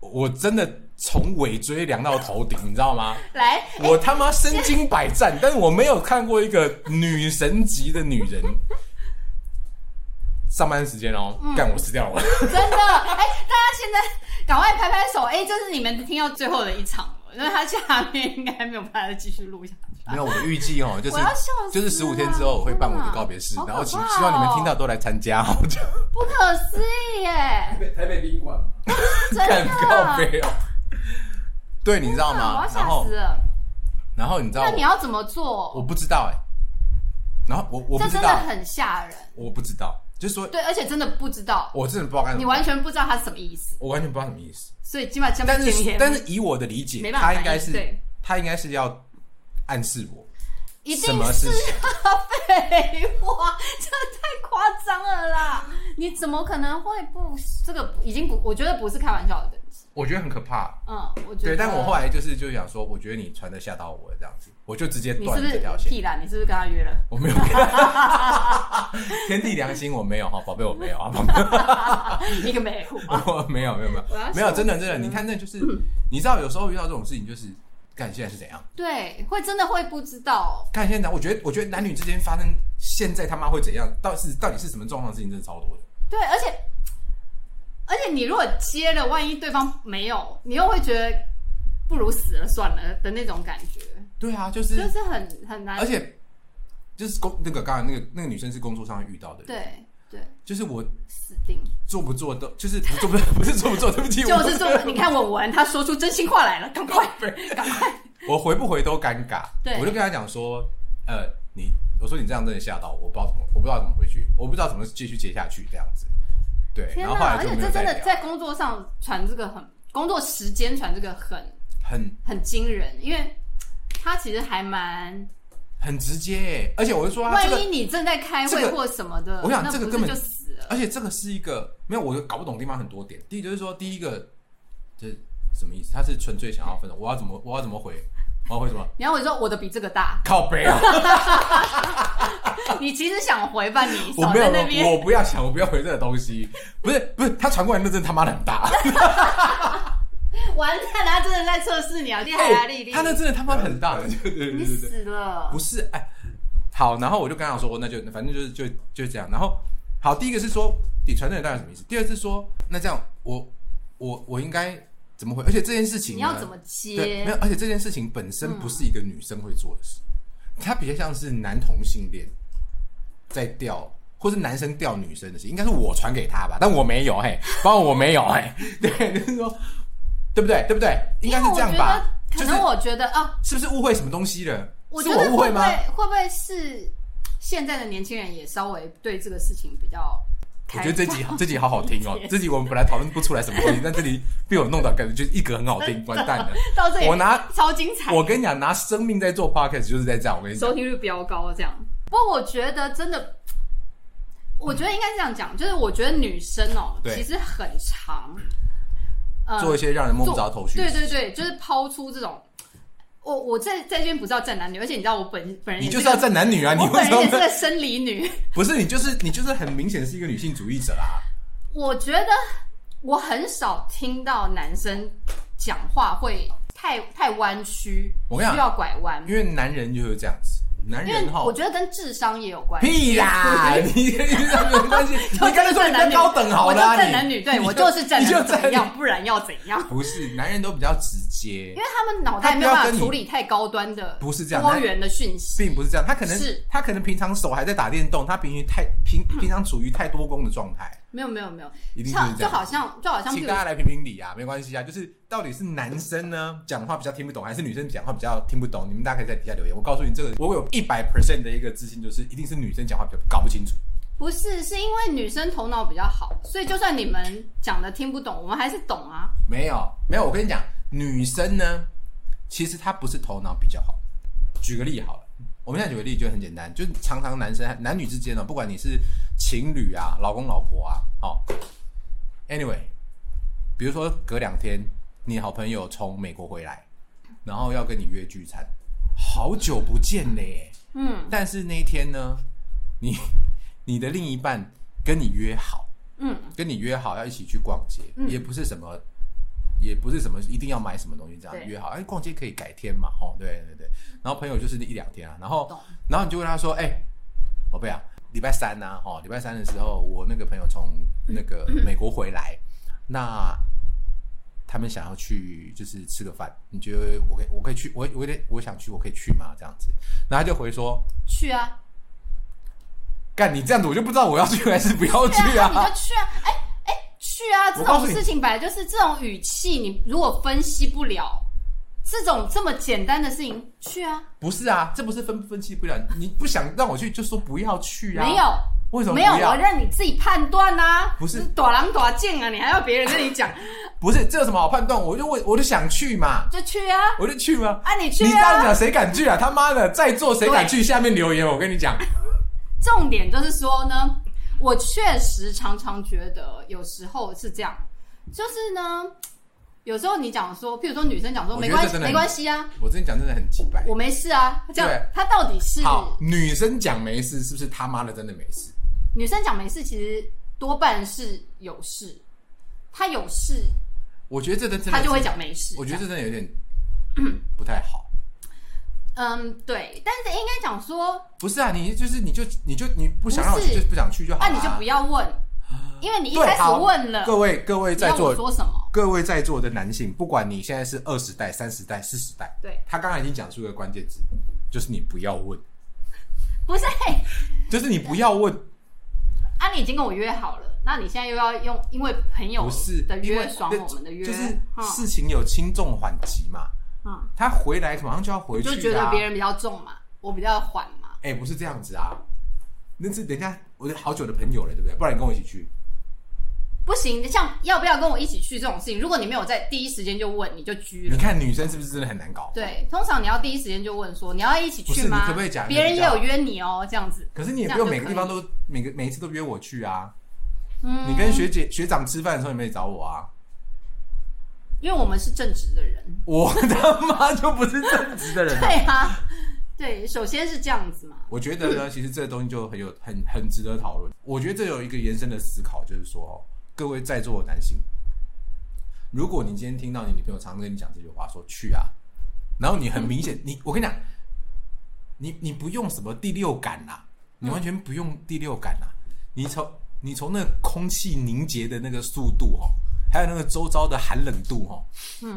S1: 我真的从尾椎凉到头顶，你知道吗？
S2: 来，
S1: 我他妈身经百战，但是我没有看过一个女神级的女人。上班时间哦，
S2: 嗯
S1: 干、我死掉了。
S2: 真的，哎、大家现在赶快拍拍手，哎、这是你们听到最后的一场了，因为他下面应该没有办法再继续录下去。
S1: 没有，我预计哦，就是
S2: 我要笑死了
S1: 就是十五天之后我会办我的告别式，
S2: 哇
S1: 然后请
S2: 好可怕哦
S1: 希望你们听到都来参加哦。这样
S2: 不可思议耶！
S4: 北台北宾馆嘛，
S2: 真的
S1: 干告别哦。对，你知道
S2: 啊我
S1: 吗
S2: 要？
S1: 然
S2: 吓
S1: 后
S2: 死，了。
S1: 然后你知道
S2: 那
S1: 我
S2: 你要怎么
S1: 我
S2: 做？
S1: 不知道哎、然后我我不
S2: 这
S1: 知
S2: 真的
S1: 道，
S2: 很吓人。
S1: 我不知道，就是说
S2: 对，而且真的不知道，
S1: 我真的不知道该怎么
S2: 你完全不知道它是什么意思，
S1: 我完全不知道什么意思。
S2: 所以基本上
S1: 但
S2: 这么
S1: 是
S2: 甜
S1: 但是以我的理解，
S2: 没办法
S1: 他应该
S2: 反应
S1: 是
S2: 对
S1: 他应该是要暗示我
S2: 一
S1: 什
S2: 定
S1: 么
S2: 是
S1: 事情。
S2: 废话，这太夸张了啦！你怎么可能会不？这个已经不，我觉得不是开玩笑的等级。
S1: 我觉得很可怕。
S2: 嗯，我觉
S1: 对，
S2: 得。
S1: 但我后来就是就想说，我觉得你传的吓到我了，这样子，我就直接
S2: 你是
S1: 断
S2: 不
S1: 了这
S2: 是
S1: 条
S2: 屁
S1: 线。
S2: 啦？你是不是跟他 约了？
S1: 我没有， 天地良心，我没有哈，宝贝，我没有啊，宝贝
S2: 一个没有。
S1: 我没有没有 没有
S3: 我要
S1: 没有，真的真
S2: 嗯
S1: 的，你看那就是，你知道有时候遇到这种事情，就是看现在是怎样，
S2: 对，会真的会不知道。
S1: 看现在，我觉得我觉得男女之间发生现在他妈会怎样，到是到底是什么状况的事情，真的超多的。
S2: 对，而且而且你如果接了，万一对方没有，你又会觉得不如死了算了的那种感觉，
S1: 对啊，就
S2: 就是是很很难。
S1: 而且就是工那个刚才那个那个女生是工作上会遇到的，，
S2: 对对，
S1: 就是我
S2: 死 定了，
S1: 做不做都就是不做不 不是做不做，对不起，我
S2: 就是这么。你看文文，他说出真心话来了，赶快赶快。
S1: 我回不回都尴尬。
S2: 对
S1: 我就跟他讲说，呃，你我说你这样真的吓到我，我不知道怎么，我不知道怎么回去，我不知道怎么继续接下去这样子。对，
S2: 天
S1: 然后后来
S2: 而
S1: 就
S2: 且
S1: 没
S2: 这
S1: 有再
S2: 真的
S1: 聊。
S2: 在工作上传这个很，工作时间传这个很
S1: 很
S2: 很惊人，因为他其实还蛮，
S1: 很直接欸，而且我就说他这
S2: 万一
S1: 个，
S2: 你正在开
S1: 这
S2: 会
S1: 个
S2: 或什么的，
S1: 我想
S2: 那
S1: 这个
S2: 不
S1: 根
S2: 是
S1: 本
S2: 就死了。
S1: 而且这个是一个没有我搞不懂的地方很多点。第一就是说，第一个这什么意思？他是纯粹想要分手，我要怎么我要怎么回？我要回什么？
S2: 然后我就说我的比这 个大，
S1: 靠北啊！
S2: 你其实想回吧，你
S1: 我
S2: 少
S1: 没
S2: 在那
S1: 有，
S2: 边。
S1: 我不要想，我不要回这个东西。不是不是，他传过来那真的他妈的很大，
S2: 完蛋了，他真的在测试你啊！厉害啊，丽 丽，
S1: 他那真的他妈很大，对对对
S2: 你
S1: 对对，
S2: 死了
S1: 不。是哎，好，然后我就跟他说，哦那就反正就是就就这样。然后好，第一个是说你传这个当然什么意思？第二是说那这样我我我应该怎么回？而且这件事情
S2: 你
S1: 呢
S2: 要怎么
S1: 对，没有
S2: 接？，
S1: 而且这件事情本身不是一个女生会做的事，它比较像是男同性恋在钓，或是男生钓女生的事，应该是我传给他吧，但我没有 嘿，包括我没有嘿， 对，就是说，对不对？对不对？应该是这样吧？就
S2: 因为我觉得可
S1: 是
S2: 能我觉得啊，
S1: 是不是误会什么东西了？
S2: 我
S1: 是
S2: 觉得会
S1: 误
S2: 不
S1: 会
S2: 会
S1: 吗？
S2: 会不会是现在的年轻人也稍微对这个事情比较
S1: 我
S2: 开
S1: 觉得这
S2: 放？
S1: 集好，这集好好听哦
S2: 理解。
S1: 这集我们本来讨论不出来什么东西，但这里被我弄到感觉就是一格很好 听，完蛋了。
S2: 到这里
S1: 我拿
S2: 超精彩，
S1: 我跟你讲，拿生命在做 podcast 就是在这样。我跟你讲
S2: 收，听率飙高这样。不过我觉得真的，我觉得应该这样讲，就是我觉得女生哦、
S1: 对
S2: 其实很长，呃
S1: 做一些让人摸不着头绪。
S2: 对对对，就是抛出这种。我我在在这边不是要站男女，而且你知道我本本人
S1: 你
S2: 也
S1: 就是
S2: 个
S1: 要站男女啊！你
S2: 我
S1: 为
S2: 本
S1: 什
S2: 人也是
S1: 么
S2: 个生理女。
S1: 不是你就是你就是很明显是一个女性主义者啊！
S2: 我觉得我很少听到男生讲话会太太弯曲，
S1: 我跟你讲
S2: 需要拐弯，
S1: 因为男人就是这样子，男
S2: 因为
S1: 人哈
S2: 我，觉得跟智商也有关系。
S1: 屁啦，你跟智商没有关 系，你
S2: 我
S1: 刚才
S2: 就是
S1: 说
S2: 正
S1: 你
S2: 男
S1: 跟
S2: 女
S1: 高等好了
S2: 我
S1: 啊，
S2: 就正
S1: 你
S2: 男女，对
S1: 你
S2: 我就是正
S1: 你就
S2: 男，怎么
S1: 正
S2: 样，不然要怎样？
S1: 不是男人都比较直接
S2: 因为，他们脑袋没有办法处理太高端的、
S1: 不是这样
S2: 多元的讯息。
S1: 并不是这样，他可能
S2: 是
S1: 他可能平常手还在打电动，他平时太平平常处于太多工的状态，
S2: 没有没有没有，
S1: 一定就是
S2: 像
S1: 这
S2: 就
S1: 样。
S2: 好像就好像，譬
S1: 请
S2: 如
S1: 大家来评评理啊，没关系啊，就是到底是男生呢讲话比较听不懂，还是女生讲话比较听不懂？你们大家可以在底下留言。我告诉你，这个我有一百 percent 的一个自信，就是一定是女生讲话比较搞不清楚。
S2: 不是是因为女生头脑比较好，所以就算你们讲的听不懂，我们还是懂啊。
S1: 没有，没有，我跟你讲，女生呢，其实她不是头脑比较好。举个例好了，我们现在举个例子就很简单，就是常常男生男女之间呢、哦不管你是情侣啊、老公老婆啊，哦，anyway，比如说隔两天你好朋友从美国回来，然后要跟你约聚餐，好久不见嘞，
S3: 嗯
S1: 但是那一天呢，你你的另一半跟你约好，
S3: 嗯
S1: 跟你约好要一起去逛街，
S3: 嗯
S1: 也不是什么，也不是什么一定要买什么东西，这样
S3: 对
S1: 约好，哎，逛街可以改天嘛，哦，对对对，然后朋友就是一两天啊，然后
S2: 懂
S1: 然后你就问他说，哎，宝贝啊，礼拜三呐、啊，哦，礼拜三的时候，我那个朋友从那 个美国回来，那。他们想要去，就是吃个饭，你觉得我可以，我可以去，我我得我想去，我可以去吗？这样子，然后他就回说，
S2: 去啊，
S1: 干你这样子，我就不知道我要去还是不要去
S2: 对啊，你
S1: 啊。
S2: 就去啊，哎哎去啊，这
S1: 我告诉
S2: 种
S1: 你
S2: 事情本来就是这种语气，你如果分析不了这种这么简单的事情，去啊，
S1: 不是啊，这不是分不分析不了，你不想让我去就说不要去啊。
S2: 没，有
S1: 为什么
S2: 没有，
S1: 不
S2: 我
S1: 要？
S2: 让你自己判断呐、啊，
S1: 不是
S2: 短狼短见啊，你还要别人跟你 讲，
S1: 不是这有什么好判断？我就问，我就想去嘛，
S2: 就去啊，
S1: 我就去嘛。
S2: 啊你
S1: 你
S2: 去
S1: 这样
S2: 啊，
S1: 讲谁敢去啊？他妈的，在座谁敢去？下面留言，我跟你讲，
S2: 重点就是说呢，我确实常常觉得有时候是这样，就是呢，有时候你讲说，譬如说女生讲说
S1: 我
S2: 没
S1: 觉得
S2: 关
S1: 这
S2: 系，
S1: 真的
S2: 没
S1: 很
S2: 关系啊，
S1: 我真的讲真的很鸡白
S2: 我。没事啊，这样
S1: 对
S2: 她到底是
S1: 好，女生讲没事，是不是他妈的真的没事？
S2: 女生讲没事，其实多半是有事，她有事
S1: 我觉得这真的，
S2: 她就会。讲没事，
S1: 我觉得
S2: 这
S1: 这
S2: 样
S1: 真的有点不太好。
S2: 嗯对，但是应该讲说，
S1: 不是啊，你就是你就你就你不想让我
S2: 不
S1: 去
S2: 是
S1: 就不想去就好
S2: 那、
S1: 了。
S2: 你就不要问，因为你一
S1: 对
S2: 开始
S1: 好
S2: 问了，
S1: 各位各位
S2: 你
S1: 在
S2: 要
S1: 座
S2: 我说什么？
S1: 各位在座的男性，不管你现在是二十代、三十代、四十代，
S3: 对，
S1: 他刚才已经讲出一个关键字，就是你不要问，
S2: 不是、
S1: 就是你不要问，
S2: 啊，你已经跟我约好了，那你现在又要用因为朋友
S1: 不是
S2: 啊的
S1: 因为
S2: 约爽我们的约，
S1: 就是
S2: 嗯
S1: 事情有轻重缓急嘛。
S2: 嗯
S1: 他回来马上就要回去、啊，
S2: 就觉得别人比较重嘛，我比较缓嘛，
S1: 哎、不是这样子啊，那是人家我的好久的朋友了，对不对？不然你跟我一起去，
S2: 不行，像要不要跟我一起去这种事情，如果你没有在第一时间就问，你就拘
S1: 你
S2: 了。
S1: 看女生是不是真的很难搞？
S2: 对，通常你要第一时间就问说你要一起
S1: 不
S2: 去
S1: 是
S2: 吗？
S1: 你可不可以讲
S2: 别人
S1: 你
S2: 也
S1: 比较
S2: 有约你哦，这样子。
S1: 可是你也不
S2: 这
S1: 用
S2: 样就
S1: 每个地
S2: 可以
S1: 方都每个每一次都约我去啊，
S2: 嗯
S1: 你跟学姐学长吃饭的时候你没找我啊。
S2: 因为我们是正直的人，
S1: 我他妈就不是正直的人、啊。
S2: 对啊， 对，首先是这样子嘛，
S1: 我觉得呢，其实这个东西就很有很很值得讨论。我觉得这有一个延伸的思考，就是说、哦，各位在座的男性，如果你今天听到你女朋友常跟你讲这句话，说去啊，然后你很明显，你我跟你讲，你你不用什么第六感啦、你完全不用第六感啦、你从你从那个空气凝结的那个速度哦，还有那个周遭的寒冷度哦，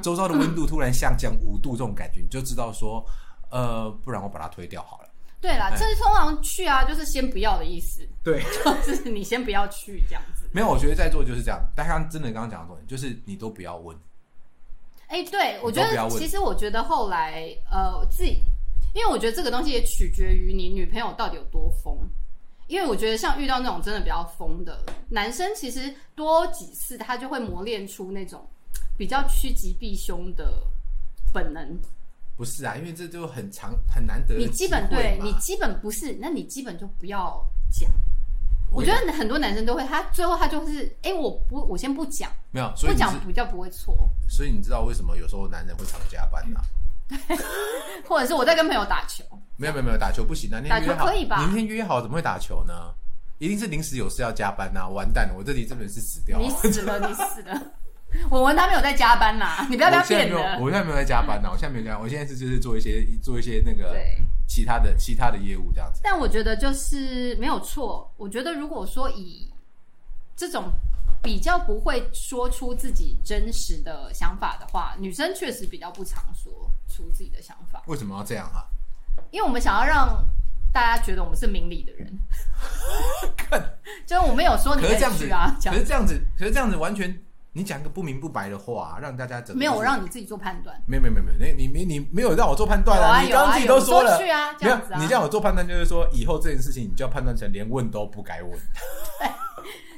S1: 周遭的温度突然下降五度这种感觉，你就知道说，呃，不然我把它推掉好了。
S2: 对啦，
S1: 哎
S2: 这是通常去啊，就是先不要的意思，
S1: 对，
S2: 就是你先不要去这样子。
S1: 没有，我觉得在座就是这样。但刚刚真的刚刚讲的重点就是你都不要问，
S2: 哎、对，我
S1: 你
S2: 觉
S1: 都不要
S2: 得
S1: 问
S2: 其实我觉得后来呃自己，因为我觉得这个东西也取决于你女朋友到底有多疯。因为我觉得像遇到那种真的比较疯的男生，其实多几次他就会磨练出那种比较趋吉避凶的本能。
S1: 不是啊？因为这就很长很难得的
S2: 你基本
S1: 机会
S2: 对
S1: 嘛
S2: 你基本不是，那你基本就不要讲。我
S1: 我
S2: 觉
S1: 也
S2: 得很多男生都会，他最后他就是，哎、我不，我先不讲，
S1: 没有，所
S2: 不
S1: 以你
S2: 讲
S1: 知
S2: 比较不会错。
S1: 所以你知道为什么有时候男人会常加班啊？
S2: 嗯或者是我在跟朋友打球，
S1: 没有没有没有，打球不行啊，那
S2: 打
S1: 天
S2: 球
S1: 约好
S2: 可以吧
S1: 明天约好怎么会打球呢？一定是临时有事要加班呐、啊！完蛋了，我这里真的是死掉了。
S2: 你死了， 你死了。我闻他没有在加班啦，你不要被
S1: 我
S2: 他
S1: 现在
S2: 骗
S1: 没有，
S2: 了。
S1: 我现在没有在加班啊呐、我现在没有加班，我现在是就是做一些做一些那个
S2: 对，
S1: 其他的其他的业务这样子。
S2: 但我觉得就是没有错。我觉得如果说以这种比较不会说出自己真实的想法的话，女生确实比较不常说出自己的想法，
S1: 为什么要这样啊？
S2: 因为我们想要让大家觉得我们是明理的 人。 就是我没有说你
S1: 可是这
S2: 可
S1: 样
S2: 以
S1: 子
S2: 去啊，这
S1: 可
S2: 样
S1: 是这样子，可是这样子完全，你讲一个不明不白的话、让大家整个
S2: 没有我
S1: 就是
S2: 让你自己做判断。
S1: 没有没有没有没有，你你你你没有让我做判断
S2: 有啊
S1: 你
S2: 有
S1: 刚刚
S2: 啊
S1: 自己
S2: 有，
S1: 都
S2: 我说
S1: 了，
S2: 去啊，这
S1: 没有
S2: 样子啊。
S1: 你让我做判断就是说，以后这件事情你就要判断成连问都不该问，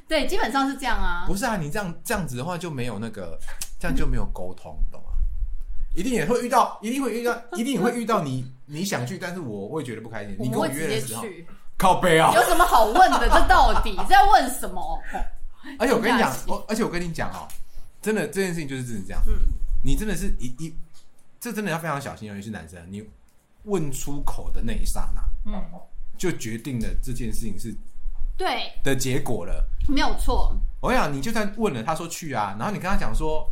S2: 对，基本上是这样啊。
S1: 不是啊？你这样这样子的话就没有那个，这样就没有沟通，你懂吗？一定也会遇到，一定会遇到，一定也会遇到你你想去，但是我会觉得不开心。
S2: 我
S1: 你
S2: 们
S1: 跟我
S2: 会
S1: 约
S2: 直
S1: 的
S2: 接
S1: 时候，
S2: 去，
S1: 靠背啊！
S2: 有什么好问的？这到底在问什么？
S1: 而且我跟你讲
S2: 评价，是
S1: 我而且我跟你讲哦，真的这件事情就是真的这样。
S3: 嗯
S1: 你真的是一一，这真的要非常小心哦，尤其是男生，你问出口的那一刹那，
S2: 嗯，
S1: 就决定了这件事情是
S2: 对，
S1: 的结果了。
S2: 没有错，
S1: 我跟你讲，你就算问了，他说去啊，然后你跟他讲说，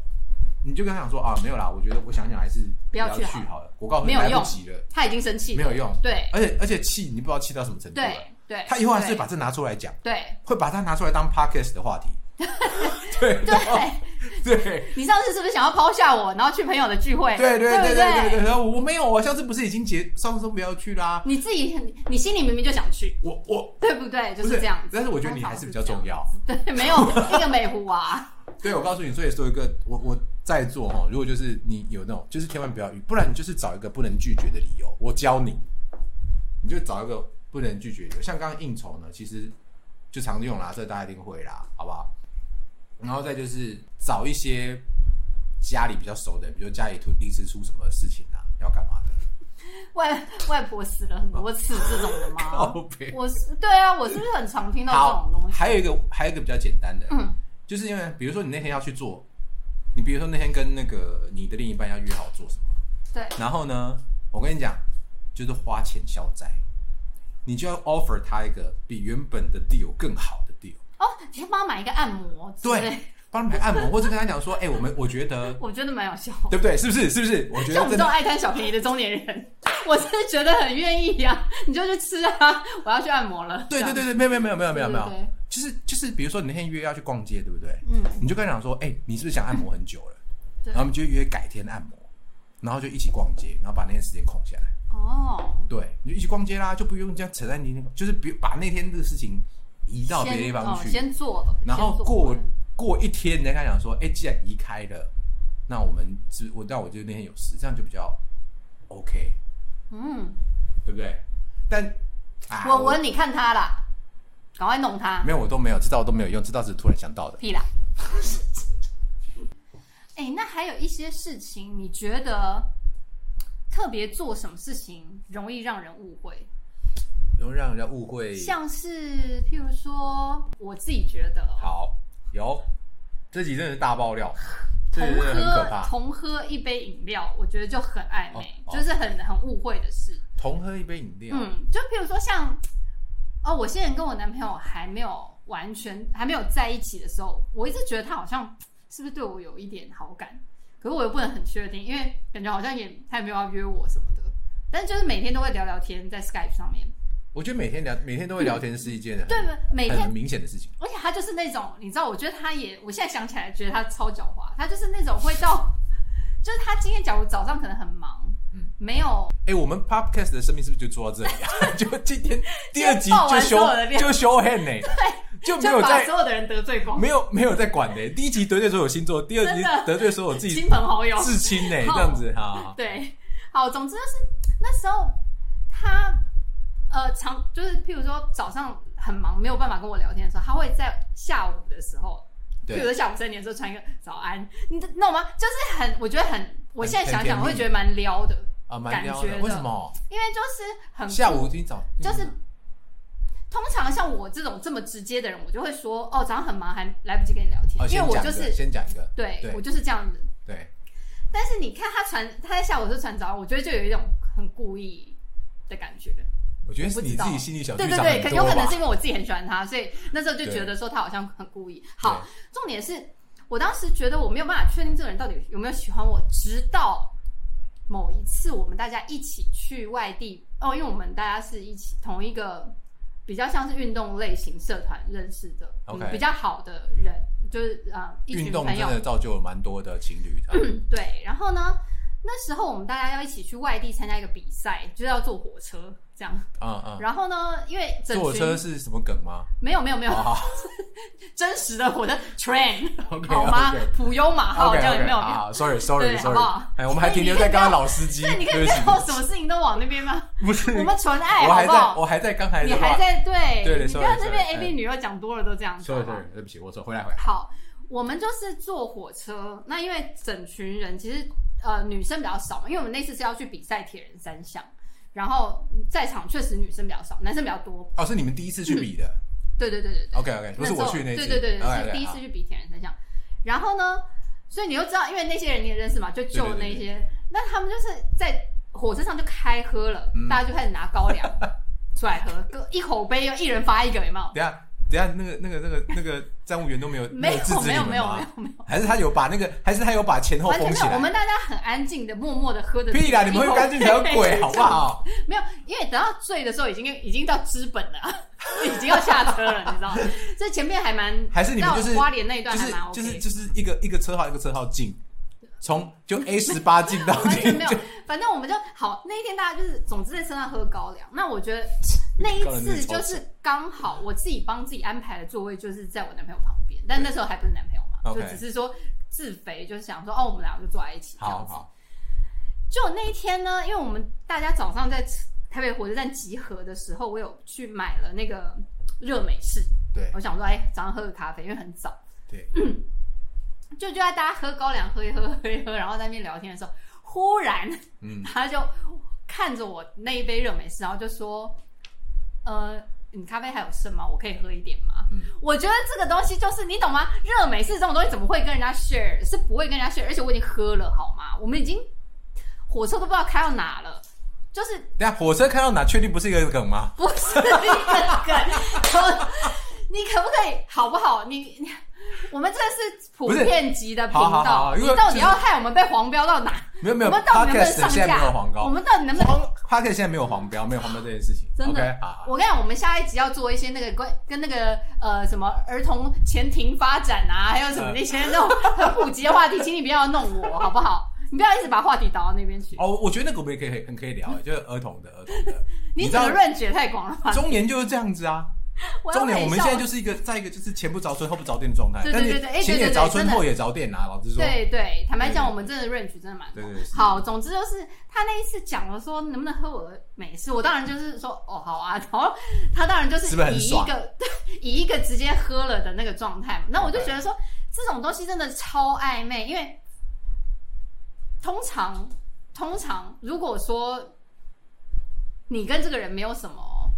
S1: 你就跟他讲说啊，没有啦，我觉得我想想还是
S2: 不要
S1: 要
S2: 去
S1: 去
S2: 好
S1: 好了。我告诉
S2: 没
S1: 你，
S2: 有
S1: 来不
S2: 用
S1: 及了，
S2: 他已经生气
S1: 没
S2: 了，
S1: 有用。
S2: 对
S1: 而且而且气，你不知道气到什么程度了。
S2: 对对，
S1: 他以后还是
S2: 对
S1: 把这拿出来讲，
S2: 对
S1: 会把它拿出来当 podcast 的 话题。对
S2: 对。
S1: 对
S2: 你上次是不是想要抛下我，然后去朋友的聚会？
S1: 对对
S2: 不
S1: 对对对，然后我我没有，我上次不是已经结，上次都不要去啦。
S2: 你自己很，你心里明明就想去，
S1: 我我
S2: 对不对？就
S1: 不
S2: 这样子。
S1: 但是我觉得你还是比较重要。
S2: 对，没有一个美狐啊，
S1: 对，我告诉你，所以说一个我我在座哈，如果就是你有那种，就是千万不要遇，不然你就是找一个不能拒绝的理由。我教你，你就找一个不能拒绝的理由。像刚刚应酬呢，其实就常用啦，这大家一定会啦，好不好？然后再就是找一些家里比较熟的人，比如家里突临时出什么事情啊，要干嘛的，
S2: 外外婆死了很多次这种的吗？
S1: 靠背。
S2: 我是对啊，我是不是很常听到这
S1: 好
S2: 种东，西？
S1: 还有一个还有一个比较简单的，
S2: 嗯，
S1: 就是因为比如说你那天要去做，你比如说那天跟那个你的另一半要约好做什么。
S2: 对，
S1: 然后呢，我跟你讲，就是花钱消灾，你就要 offer 他一个比原本的 deal 更好的 deal，
S2: 哦，你先帮他买一个按摩之类的，
S1: 对，帮他买按摩，或者跟他讲说，哎、我们我觉得，
S2: 我觉得蛮有效。
S1: 对不对？是不是？是不是？我觉
S2: 像我
S1: 得
S2: 们这
S1: 真
S2: 哦种
S1: 的，
S2: 爱贪小便宜的中年人，我真的觉得很愿意呀、你就去吃啊，我要去按摩了。
S1: 对对
S2: 这样，
S1: 对对，没有没有没有没有没有没
S2: 对
S1: 有
S2: 对，
S1: 就是就是，比如说你那天约要去逛街，对不对？
S2: 嗯，
S1: 你就跟他讲说，哎、你是不是想按摩很久了？
S2: 对
S1: 然后我们就约改天按摩，然后就一起逛街，然后把那天时间空下来。
S2: 哦，
S1: 对，你就一起逛街啦，就不用这样扯在你那个，就是别把那天的事情移到别的地方去。
S2: 先哦先做了，
S1: 然后
S2: 先做
S1: 过
S2: 了
S1: 过一天，你再跟他讲说，哎、既然移开了，那我们只我那我就那天有事，这样就比较 OK，
S2: 嗯，
S1: 对不对？但啊，
S2: 我我你看他啦，赶快弄他，
S1: 没有，我都没有，知道都没有用，知道只是突然想到的。
S2: 屁啦！哎、那还有一些事情，你觉得特别做什么事情容易让人误会？
S1: 然后让人家误会。
S2: 像是譬如说，我自己觉得哦
S1: 好，有这集真的是大爆 料，这
S2: 同
S1: 集真的很可
S2: 喝
S1: 怕。
S2: 同喝一杯饮料，我觉得就很暧昧，
S1: 哦哦啊
S2: 就是很很误会的事。
S1: 同喝一杯饮料，
S2: 嗯，就譬如说像，哦，我现在跟我男朋友还没有完全还没有在一起的时候，我一直觉得他好像是不是对我有一点好感，可是我又不能很确定，因为感觉好像也他也没有要约我什么的。但就是每天都会聊聊天，在 Skype 上面，
S1: 我觉得每天聊每天都会聊天是一件很
S2: 对，每天
S1: 很明显的事情。
S2: 而且他就是那种，你知道，我觉得他也，我现在想起来觉得他超狡猾，他就是那种会到， 就是他今天假如早上可能很忙，
S1: 嗯
S2: 没有，
S1: 哎、我们 podcast 的生命是不是就做到这里啊？ 就今天第二集
S2: 今天爆
S1: 就
S2: 完
S1: 修
S2: 所有的料
S1: 就修 hand 呢、就没有
S2: 就把
S1: 在
S2: 所有的人得罪光，
S1: 没有没有在管的、第一集得罪所有星座，第二集
S2: 真的
S1: 得罪所有自己
S2: 亲朋好友，
S1: 至亲呢、
S2: 好
S1: 这样子哈。
S2: 对，好，总之就是那时候他呃常就是譬如说早上很忙没有办法跟我聊天的时候，他会在下午的时候，譬如
S1: 对
S2: 说下午三点的时候传一个早安，你你懂吗？就是很我觉得很，我现在
S1: 很
S2: 想想
S1: 甜蜜
S2: 我会觉得蛮撩的，
S1: 啊，蛮撩的
S2: 感觉。的
S1: 为什么
S2: 因为就是很
S1: 下午今早嗯
S2: 就是通常像我这种这么直接的人，我就会说哦早上很忙还来不及跟你聊天，
S1: 哦，
S2: 因
S1: 先
S2: 为我
S1: 讲
S2: 就
S1: 一
S2: 是
S1: 个，先讲一个，
S2: 对
S1: 对
S2: 我就是这样子。
S1: 对，
S2: 但是你看他传，他在下午是传早安，我觉得就有一种很故意的感觉。
S1: 我觉得是
S2: 我不
S1: 你
S2: 知道
S1: 自己心里小剧
S2: 对对
S1: 场
S2: 对，
S1: 很
S2: 可有
S1: 多
S2: 可能
S1: 吧
S2: 是。因为我自己很喜欢他，所以那时候就觉得说他好像很故意。好，重点是我当时觉得我没有办法确定这个人到底有没有喜欢我，直到某一次我们大家一起去外地哦，因为我们大家是一起同一个比较像是运动类型社团认识的
S1: OK
S2: 嗯比较好的人，就是啊、呃、一
S1: 运
S2: 群
S1: 动
S2: 朋
S1: 真
S2: 友
S1: 的造就了蛮多的情侣的，
S2: 对，然后呢，那时候我们大家要一起去外地参加一个比赛，就是要坐火车这样。
S1: 嗯 嗯。
S2: 然后呢，因为整
S1: 坐
S2: 群
S1: 车是什么梗吗？哦
S2: 没有没有没有、
S1: 好好
S2: 真实的火车 train
S1: ，OK
S2: 好吗
S1: OK。？
S2: 普悠玛号
S1: OK，
S2: 啊这样
S1: OK，
S2: 有
S1: 啊
S2: 没有？
S1: 好，sorry
S2: 对
S1: sorry
S2: 好
S1: sorry，
S2: 不好
S1: 哎，我们还停留在刚刚老司机，
S2: 对，你可
S1: 对
S2: 以
S1: 不
S2: 不
S1: 起，
S2: 要什么事情都往那 边吗？
S1: 不是，
S2: 我们纯爱
S1: 我
S2: 好
S1: 还
S2: 不
S1: 在，
S2: 好？
S1: 我还在刚才
S2: 你
S1: 的
S2: 还
S1: 话
S2: 在对，
S1: 对对
S2: 你不要
S1: sorry，
S2: 这边
S1: sorry，
S2: A B
S1: 嗯
S2: 女又讲多了都这样子。
S1: ，sorry
S2: 好不好
S1: sorry，对不起，我错，回来回来，
S2: 好，我们就是坐火车，那因为整群人其实呃女生比较少嘛，因为我们那次是要去比赛铁人三项，然后在场确实女生比较少，男生比较多。
S1: 哦，是你们第一次去比的。
S2: 对对对对对。
S1: OK OK，不是我去那次，
S2: 对对对对，
S1: OK，
S2: 是第一次
S1: 好。
S2: 去比铁人三项。然后呢，所以你就知道，因为那些人你也认识嘛，就
S1: 对
S2: 救
S1: 对对
S2: 那
S1: 对
S2: 些，那他们就是在火车上就开喝了，
S1: 嗯
S2: 大家就开始拿高 粱出来喝，各一口杯，一人发一个，有没有？
S1: 等一下等一下，那个那个那个那个站务员都没有
S2: 没
S1: 有制
S2: 有
S1: 止
S2: 没
S1: 你
S2: 有
S1: 们
S2: 没有没
S1: 吗？
S2: 有没有，
S1: 还是他有把那个，还是他有把前后
S2: 完全
S1: 封
S2: 没
S1: 起
S2: 有。我
S1: 来？
S2: 们大家很安静的，默默的喝的。
S1: 屁啦，你们会干净才有 鬼，好不？好？
S2: 没有，因为等到醉的时候已经已经到资本了，已经要下车了，你知道吗？这前面还蛮
S1: 还是你们就是
S2: 到花莲那一段
S1: 就
S2: 还
S1: 是
S2: 蛮 OK，
S1: 就是就是一个一个车号一个车号进，从就 A 十八进到
S2: 完全
S1: 进
S2: 没 有。反正我们就好那一天，大家就是总之在车上喝高粱。那我觉得那一次就是刚好我自己帮自己安排的座位就是在我男朋友旁边，但那时候还不是男朋友嘛，就
S1: OK
S2: 只是说自肥，就是想说哦，我们两个就坐在一起这
S1: 好
S2: 样子。
S1: 好，
S2: 就那一天呢，因为我们大家早上在台北火车站集合的时候，我有去买了那个热美式，
S1: 对
S2: 我想说，哎，早上喝个咖啡，因为很早。
S1: 对，
S2: 就就在大家喝高粱喝一喝喝一喝，然后在那边聊天的时候，忽然
S1: 嗯，
S2: 他就看着我那一杯热美式，然后就说：“呃，你咖啡还有剩吗？我可以喝一点吗？”
S1: 嗯
S2: 我觉得这个东西就是你懂吗？热美式这种东西怎么会跟人家 share？是不会跟人家 share，而且我已经喝了好吗？我们已经火车都不知道开到哪了，就是
S1: 等一下火车开到哪，确定不是一个梗吗？
S2: 不是一个梗。你可不可以好不好？你你我们这是普遍级的频道，
S1: 不是好好好因为
S2: 你到底要害我们被黄标到哪？
S1: 没有没
S2: 我
S1: 有
S2: 们到底能不能
S1: ，Podcast
S2: 上
S1: 现在
S2: 架？
S1: 没有黄
S2: 我
S1: 标
S2: 们到底能不能？
S1: 黄 Podcast 现在没有黄标，没有黄标这件事情。
S2: 真的
S1: OK，好好，
S2: 我跟你讲，我们下一集要做一些那个关跟那个呃什么儿童前庭发展啊，还有什么那
S1: 嗯
S2: 些那种很普及的话题，请你不要弄我好不好？你不要一直把话题导到那边去，
S1: 哦，我觉得那个我们也可以很可以 聊，就是儿童的儿童的，
S2: 你
S1: 知
S2: 整
S1: 道
S2: 个论解太广了吧？
S1: 中年就是这样子啊。
S2: 我要
S1: 重点，
S2: 微
S1: 我们
S2: 笑
S1: 现在就是一个在一个就是前不着村后不着店的状态，
S2: 对对
S1: 但
S2: 对对哎
S1: 是前
S2: 对对
S1: 也
S2: 对
S1: 着村
S2: 真的
S1: 后也着店啊。老实说，
S2: 对对，坦白
S1: 对
S2: 讲，
S1: 对
S2: 我们真的 range 真的蛮多。
S1: 对对是
S2: 好，总之就是他那一次讲了说能不能喝我的美式，我当然就是说哦好啊， 然后他当然就是
S1: 不是很
S2: 以一
S1: 爽
S2: 个以一个直接喝了的那个状态嘛，那我就觉得说这种东西真的超暧昧，因为通常通常如果说你跟这个人没有什么，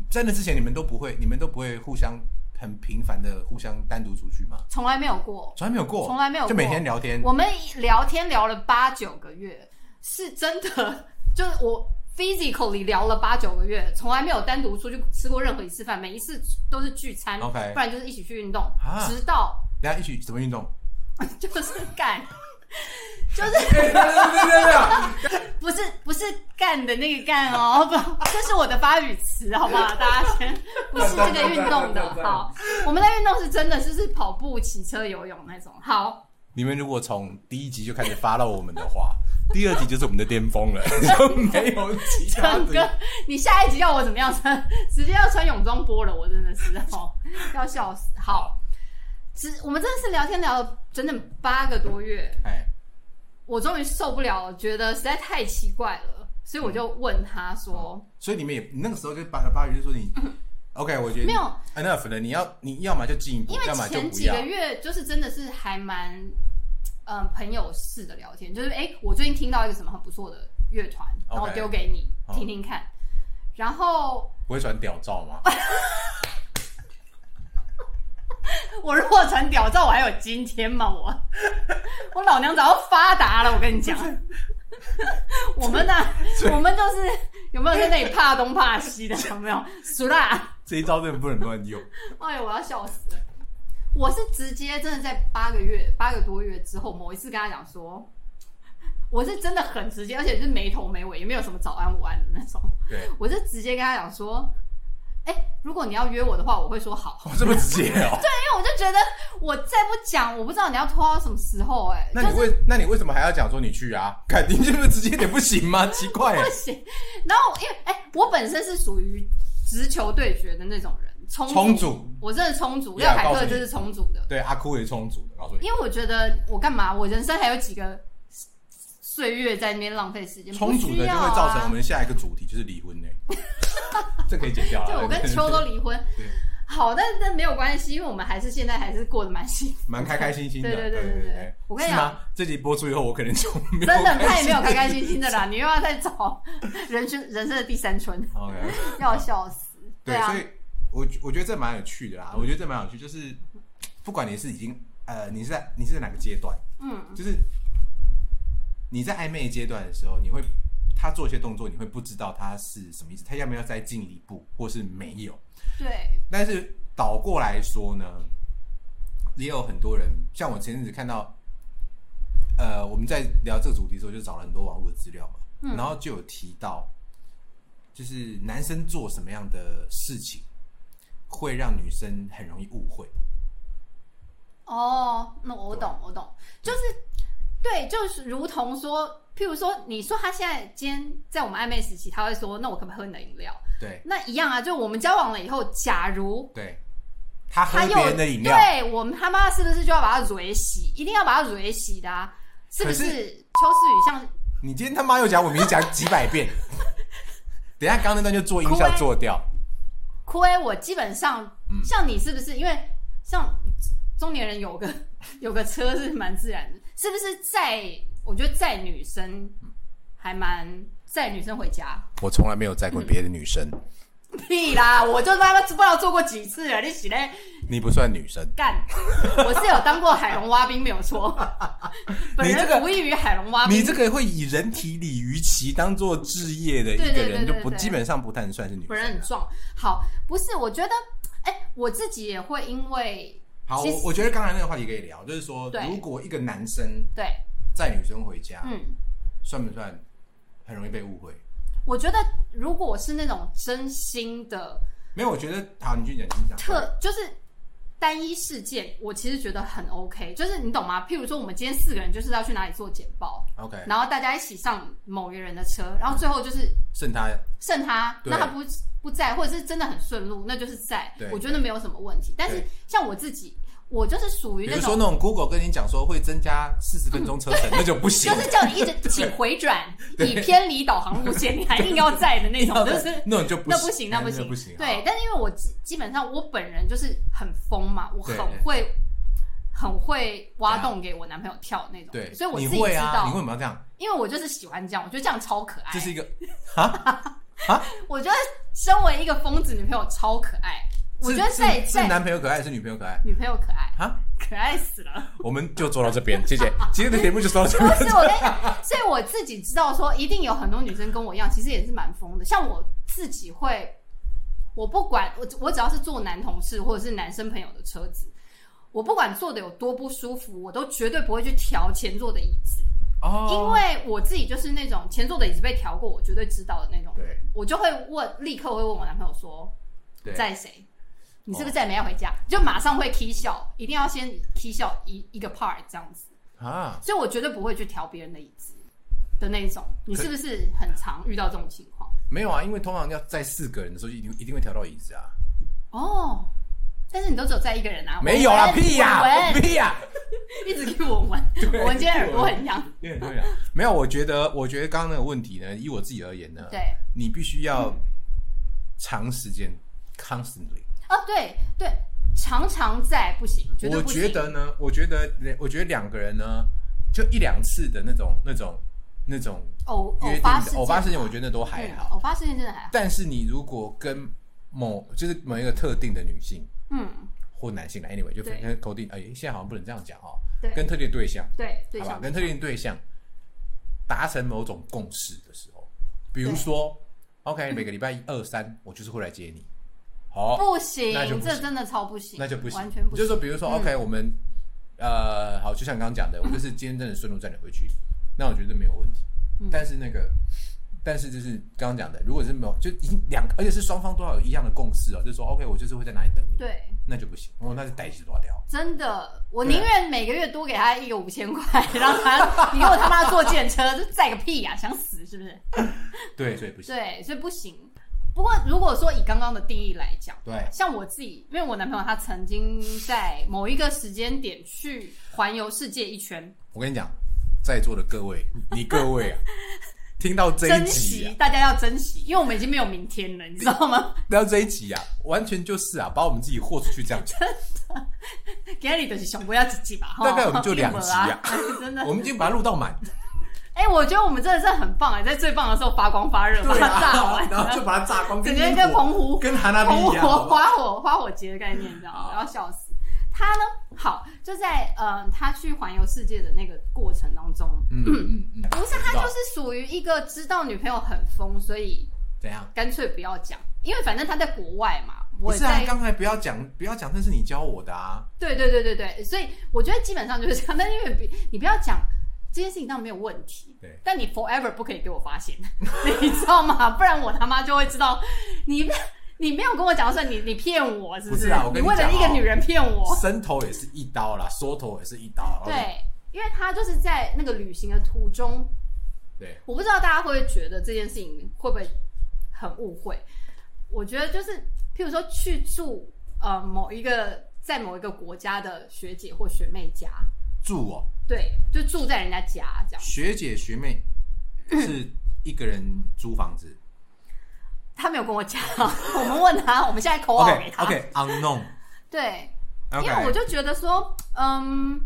S1: 在那之前你们都不会，你们都不会互相很频繁的互相单独出去吗？
S2: 从来没有过，
S1: 从来没有过，
S2: 从来没有过
S1: 就每天聊天。
S2: 我们聊天聊了八九个月，是真的，就是我 physically 聊了八九个月，从来没有单独出去吃过任何一次饭，每一次都是聚餐
S1: OK
S2: 不然就是一起去运动，
S1: 啊
S2: 直到
S1: 等一下一起怎么运动？
S2: 就是干，
S1: 对对对对
S2: 不是不是干的那个干哦，不，这是我的发语词，好不好？大家先不是这个运 动的，好，我们的运动是真的，就是跑步、骑车、游泳那种，好。
S1: 你们如果从第一集就开始发到我们的话， 第二集就是我们的巅峰了， 就没有其他
S2: 整个
S1: 的。
S2: 你下一集要我怎么样穿？直接要穿泳装播了，我真的是哦，要笑死。好，只我们真的是聊天聊了整整八个多月，
S1: 哎，
S2: 我终于受不了了，觉得实在太奇怪了，所以我就问他说，
S1: 所以你们也你那个时候就八八月就说你 OK，我觉得你
S2: 没有
S1: enough 了，你要你要么就进一步
S2: 因，
S1: 嗯要
S2: 为
S1: 么就
S2: 前
S1: 不
S2: 几
S1: 要
S2: 个。月就是真的是还蛮嗯、朋友式的聊天，就是哎、诶我最近听到一个什么很不错的乐团，然后
S1: OK
S2: 丢给你
S1: 好
S2: 听听看，然后
S1: 不会传屌照吗？
S2: 我如果传屌照，我还有今天吗？ 我我老娘早就发达了，我跟你讲。 我们呢、
S1: 所以
S2: 我们就是有没有在那里怕东怕西的？ 有没有？熟啦！
S1: 这一招真的不能乱用。
S2: 哎呦，我要笑死了！我是直接真的在八个月、八个多月之后，某一次跟他讲说，我是真的很直接，而且是没头没尾，也没有什么早安午安的那种。
S1: 对，
S2: 我是直接跟他讲说，哎、如果你要约我的话，我会说好。
S1: 哦、这么直接哦。对，
S2: 因为我 就觉得我再不讲，我不知道你要拖到什么时候、哎，
S1: 那你
S2: 就是
S1: 为、那你为什么还要讲说你去啊？肯定这么直接点不行吗？ 奇怪
S2: 不，行。然后因为哎、我本身是属于直球对决的那种人，冲
S1: 充足。
S2: 我真的冲足，廖
S1: 呀
S2: 凯
S1: 告诉
S2: 克
S1: 你
S2: 就是冲足的，
S1: 对，阿哭也充足的，告诉你，
S2: 因为我觉得我干嘛，我人生还有几个岁月在那边浪费时间，
S1: 充足的就
S2: 啊
S1: 会造成 我们下一个主题就是离婚呢、这可以剪掉
S2: 不
S1: 了。
S2: 需要啊。对，我跟秋都离婚
S1: 对。
S2: 好，但但没有关系，因为我们还是现在还是过得蛮幸福，
S1: 蛮开开心心的。
S2: 对
S1: 对
S2: 对对对
S1: 对
S2: 对我跟你
S1: 是
S2: 讲
S1: 吗？这集播出以后，我可能就没有
S2: 真的
S1: 开
S2: 太
S1: 心
S2: 没有开开心心的啦。你又要再找 人生人生的第三春，
S1: OK，
S2: 要笑死。
S1: 对，
S2: 啊
S1: 所，以我我觉得这蛮有趣的啦。我觉得这蛮有趣，就是不管你是已经呃，你是在你是在哪个阶段，
S2: 嗯，
S1: 就是你在暧昧阶段的时候，你会他做一些动作，你会不知道他是什么意思，他要不要再进一步，或是没有。
S2: 对，
S1: 但是倒过来说呢，也有很多人，像我前阵子看到，呃，我们在聊这个主题的时候，就找了很多网络的资料嘛，
S2: 嗯
S1: 然后就有提到，就是男生做什么样的事情会让女生很容易误会。
S2: 哦，那我懂，我懂，就是对，就是如同说，譬如说，你说他现在今天在我们暧昧时期，他会说，那我可不可以喝你的饮料？
S1: 对
S2: 那一样啊，就我们交往了以后，假如
S1: 对，他喝
S2: 他又
S1: 别人的饮料，
S2: 对我们他妈是不是就要把他蕊洗？一定要把他蕊洗的啊？是不
S1: 可
S2: 是？
S1: 是
S2: 邱思雨像
S1: 你今天他妈又讲，我明明讲几百 遍。等一下，刚刚那段就做音
S2: 哭
S1: 效
S2: 欸
S1: 做掉，
S2: 枯萎，我基本上、
S1: 嗯
S2: 像你是不是？因为像中年人有个 有个车是蛮自然的，是不是在？我觉得载女生还蛮载女生回家，
S1: 我从来没有载过别的女生，
S2: 屁啦！我就他妈不知道做过几次了，你洗嘞
S1: 你不算女生。
S2: 干！我是有当过海龙蛙兵，没有 错。本
S1: 你这个
S2: 人无异于海龙蛙兵，
S1: 你这个会以人体鲤鱼鳍当做置业的一
S2: 对对
S1: 个
S2: 对
S1: 人，
S2: 对
S1: 就不
S2: 对
S1: 基本上不太算是女
S2: 本人很
S1: 生。
S2: 壮。好，不是，我觉得，哎、我自己也会因为
S1: 好，
S2: 其实
S1: 我我觉得刚才那个话题可以聊，就是说，
S2: 对
S1: 如果一个男生
S2: 对，
S1: 载女生回家，
S2: 嗯，
S1: 算不算很容易被误会？
S2: 我觉得如果是那种真心的
S1: 没有，我觉得好，你去讲，你讲。
S2: 特，就是单一事件，我其实觉得很 OK，就是你懂吗？譬如说，我们今天四个人就是要去哪里做简报，
S1: OK，
S2: 然后大家一起上某一个人的车，然后最后就是
S1: 剩他
S2: 剩他，
S1: 对
S2: 那他不不在，或者是真的很顺路，那就是在
S1: 对，
S2: 我觉得没有什么问题。但是
S1: 对
S2: 像我自己，我就是属于
S1: 比
S2: 那
S1: 如
S2: 种
S1: 说。那种 Google 跟你讲说会增加四十分钟车程，那就不行
S2: 就。是叫你一直请 回转，以偏离导航路线，你还硬要在的那种，就是
S1: 那种就不
S2: 那不行，那
S1: 不
S2: 不行，
S1: 不行。
S2: 对，但是因为我基基本上我本人就是很疯嘛，我
S1: 对啊
S2: 很会很会挖洞给我男朋友跳那种，
S1: 对，
S2: 所以我
S1: 你
S2: 自己
S1: 会
S2: 知
S1: 啊，你
S2: 道，哎
S1: 为什么要这样？
S2: 因为我就是喜欢这样，我觉得这样超可爱。
S1: 这是一个
S2: 我觉得身为一个疯子女朋友超可爱，我
S1: 是
S2: 觉得在
S1: 是是
S2: 在
S1: 男朋友可爱，还是女朋友可爱
S2: 女朋友可爱，
S1: 啊？
S2: 可爱死了。
S1: 我们就做到这边，谢谢。今天的节目就 做到这边
S2: 不。是我跟你讲，所以我自己知道说，一定有很多女生跟我一样，其实也是蛮疯的。像我自己会，我不管我我只要是坐男同事或者是男生朋友的车子，我不管坐的有多不舒服，我都绝对不会去调前座的椅子，
S1: 哦
S2: 因为我自己就是那种前座的椅子被调过，我绝对知道的那种。
S1: 对，
S2: 我就会问，立刻会问我男朋友说，
S1: 对哦
S2: 在谁？你是不是再没要回家？就马上会 k 笑，一定要先 k 笑一一个 part 这样子。
S1: 啊，
S2: 所以我绝对不会去调别人的椅子的那一种。你是不是很常遇到这种情况？
S1: 没有啊，因为通常要在四个人的时候，一定一定会调到椅子啊。
S2: 哦，但是你都只有在一个人啊，
S1: 没有啦，
S2: 文文
S1: 屁呀、
S2: 文文
S1: 屁呀、
S2: 一直给我闻，
S1: 对
S2: 我们今天耳朵很痒。
S1: 对对啊，没有。我觉得，我觉得刚刚那个问题呢，以我自己而言呢，
S2: 对，
S1: 你必须要长时间 constantly。
S2: 哦，对对，常常在不行，绝对
S1: 我
S2: 不行。
S1: 觉得呢，我觉得，我觉得两个人呢，就一两次的那种、那种、那种
S2: 偶
S1: 约定
S2: 发事
S1: 的偶发事件，我觉得都
S2: 得
S1: 还好。
S2: 偶发事件真的还好。
S1: 但是你如果跟某就是某一个特定的女性
S2: 嗯，
S1: 或男性啦，anyway 就
S2: 对
S1: 跟特定，哎，现在好像不能这样讲哦，
S2: 对
S1: 跟特定的对象，
S2: 对对
S1: 好吧
S2: 象，
S1: 跟特定的对象达成某种共识的时候，比如说，OK，每个礼拜一、二、三，我就是会来接你，好，
S2: 嗯不行
S1: 那就，不行
S2: 这真的超不行，
S1: 那就不行，
S2: 完全不
S1: 就是
S2: 行。嗯
S1: 说，比如说，OK，我们呃，好，就像刚刚讲的，我就是今天真的顺路载你回去，那我觉得没有问题。
S2: 嗯
S1: 但是那个，但是就是刚刚讲的，如果是没有，就已经两个，而且是双方都要有一样的共识哦，就是说，OK，我就是会在哪里等你，
S2: 对，
S1: 那就不行，哦，那就逮起抓掉。
S2: 真的，我
S1: 对啊
S2: 宁愿每个月多给他一个五千块， 让他你给我他妈坐电车，这载个屁呀、想死是不是？
S1: 对，所以不行。
S2: 对，所以不行。不过如果说以刚刚的定义来讲，
S1: 对，
S2: 像我自己，因为我男朋友他曾经在某一个时间点去环游世界一圈，
S1: 我跟你讲，在座的各位，你各位啊，听到这一
S2: 珍
S1: 集、啊
S2: 惜，，大家要珍惜，因为我们已经没有明天了，你知道 吗？
S1: 听到这一集啊，完全就是啊，把我们自己豁出去这样 讲。
S2: 给你就是想不要自己吧，哈
S1: 大概我们就两集 啊，
S2: 哎真的
S1: 我。们已经把它录到满，
S2: 哎、我觉得我们真的是很棒哎，在最棒的时候发光发热，把
S1: 对
S2: 它
S1: 啊，
S2: 炸完，
S1: 然后就把它炸光，
S2: 整
S1: 跟
S2: 个人
S1: 英
S2: 跟
S1: 国
S2: 澎湖
S1: 跟 哈娜比
S2: 花
S1: 一
S2: 火
S1: 样好不好。
S2: 花火啊花火节的概念，你知道吗？
S1: 好
S2: 然后笑死。他呢，好就在呃，他去环游世界的那个过程当中，
S1: 嗯嗯嗯，
S2: 不是
S1: 我
S2: 他
S1: 知道
S2: 就是属于一个知道女朋友很疯，所以
S1: 怎样？
S2: 干脆不要讲，因为反正他在国外嘛，
S1: 不
S2: 我也
S1: 是啊
S2: 在，，
S1: 刚才不要讲，不要讲，那是你教我的啊。
S2: 对对对对对，所以我觉得基本上就是这样。 但因为你你不要讲这件事情，当然没有问题。
S1: 对，
S2: 但你 forever 不可以给我发现， 你知道吗？不然我他妈就会知道你你没有跟我讲说你你骗我是
S1: 不
S2: 是？
S1: 是啊我跟
S2: 你
S1: 你
S2: 为了
S1: 讲
S2: 一
S1: 哦
S2: 个女人骗我，
S1: 伸头也是一刀啦，缩头也是一刀。啊
S2: 对，因为他就是在那个旅行的途中，
S1: 对，
S2: 我不知道大家会不会觉得这件事情会不会很误会？我觉得就是，譬如说去住呃某一个在某一个国家的学姐或学妹家，
S1: 住哦，
S2: 对，就住在人家家这样。
S1: 学姐学 妹是一个人租房子。
S2: 他没有跟我讲，我们问他，我们现在口耳给
S1: OK
S2: 他。
S1: OK unknown
S2: 对，因
S1: OK，
S2: 为我就觉得说，嗯，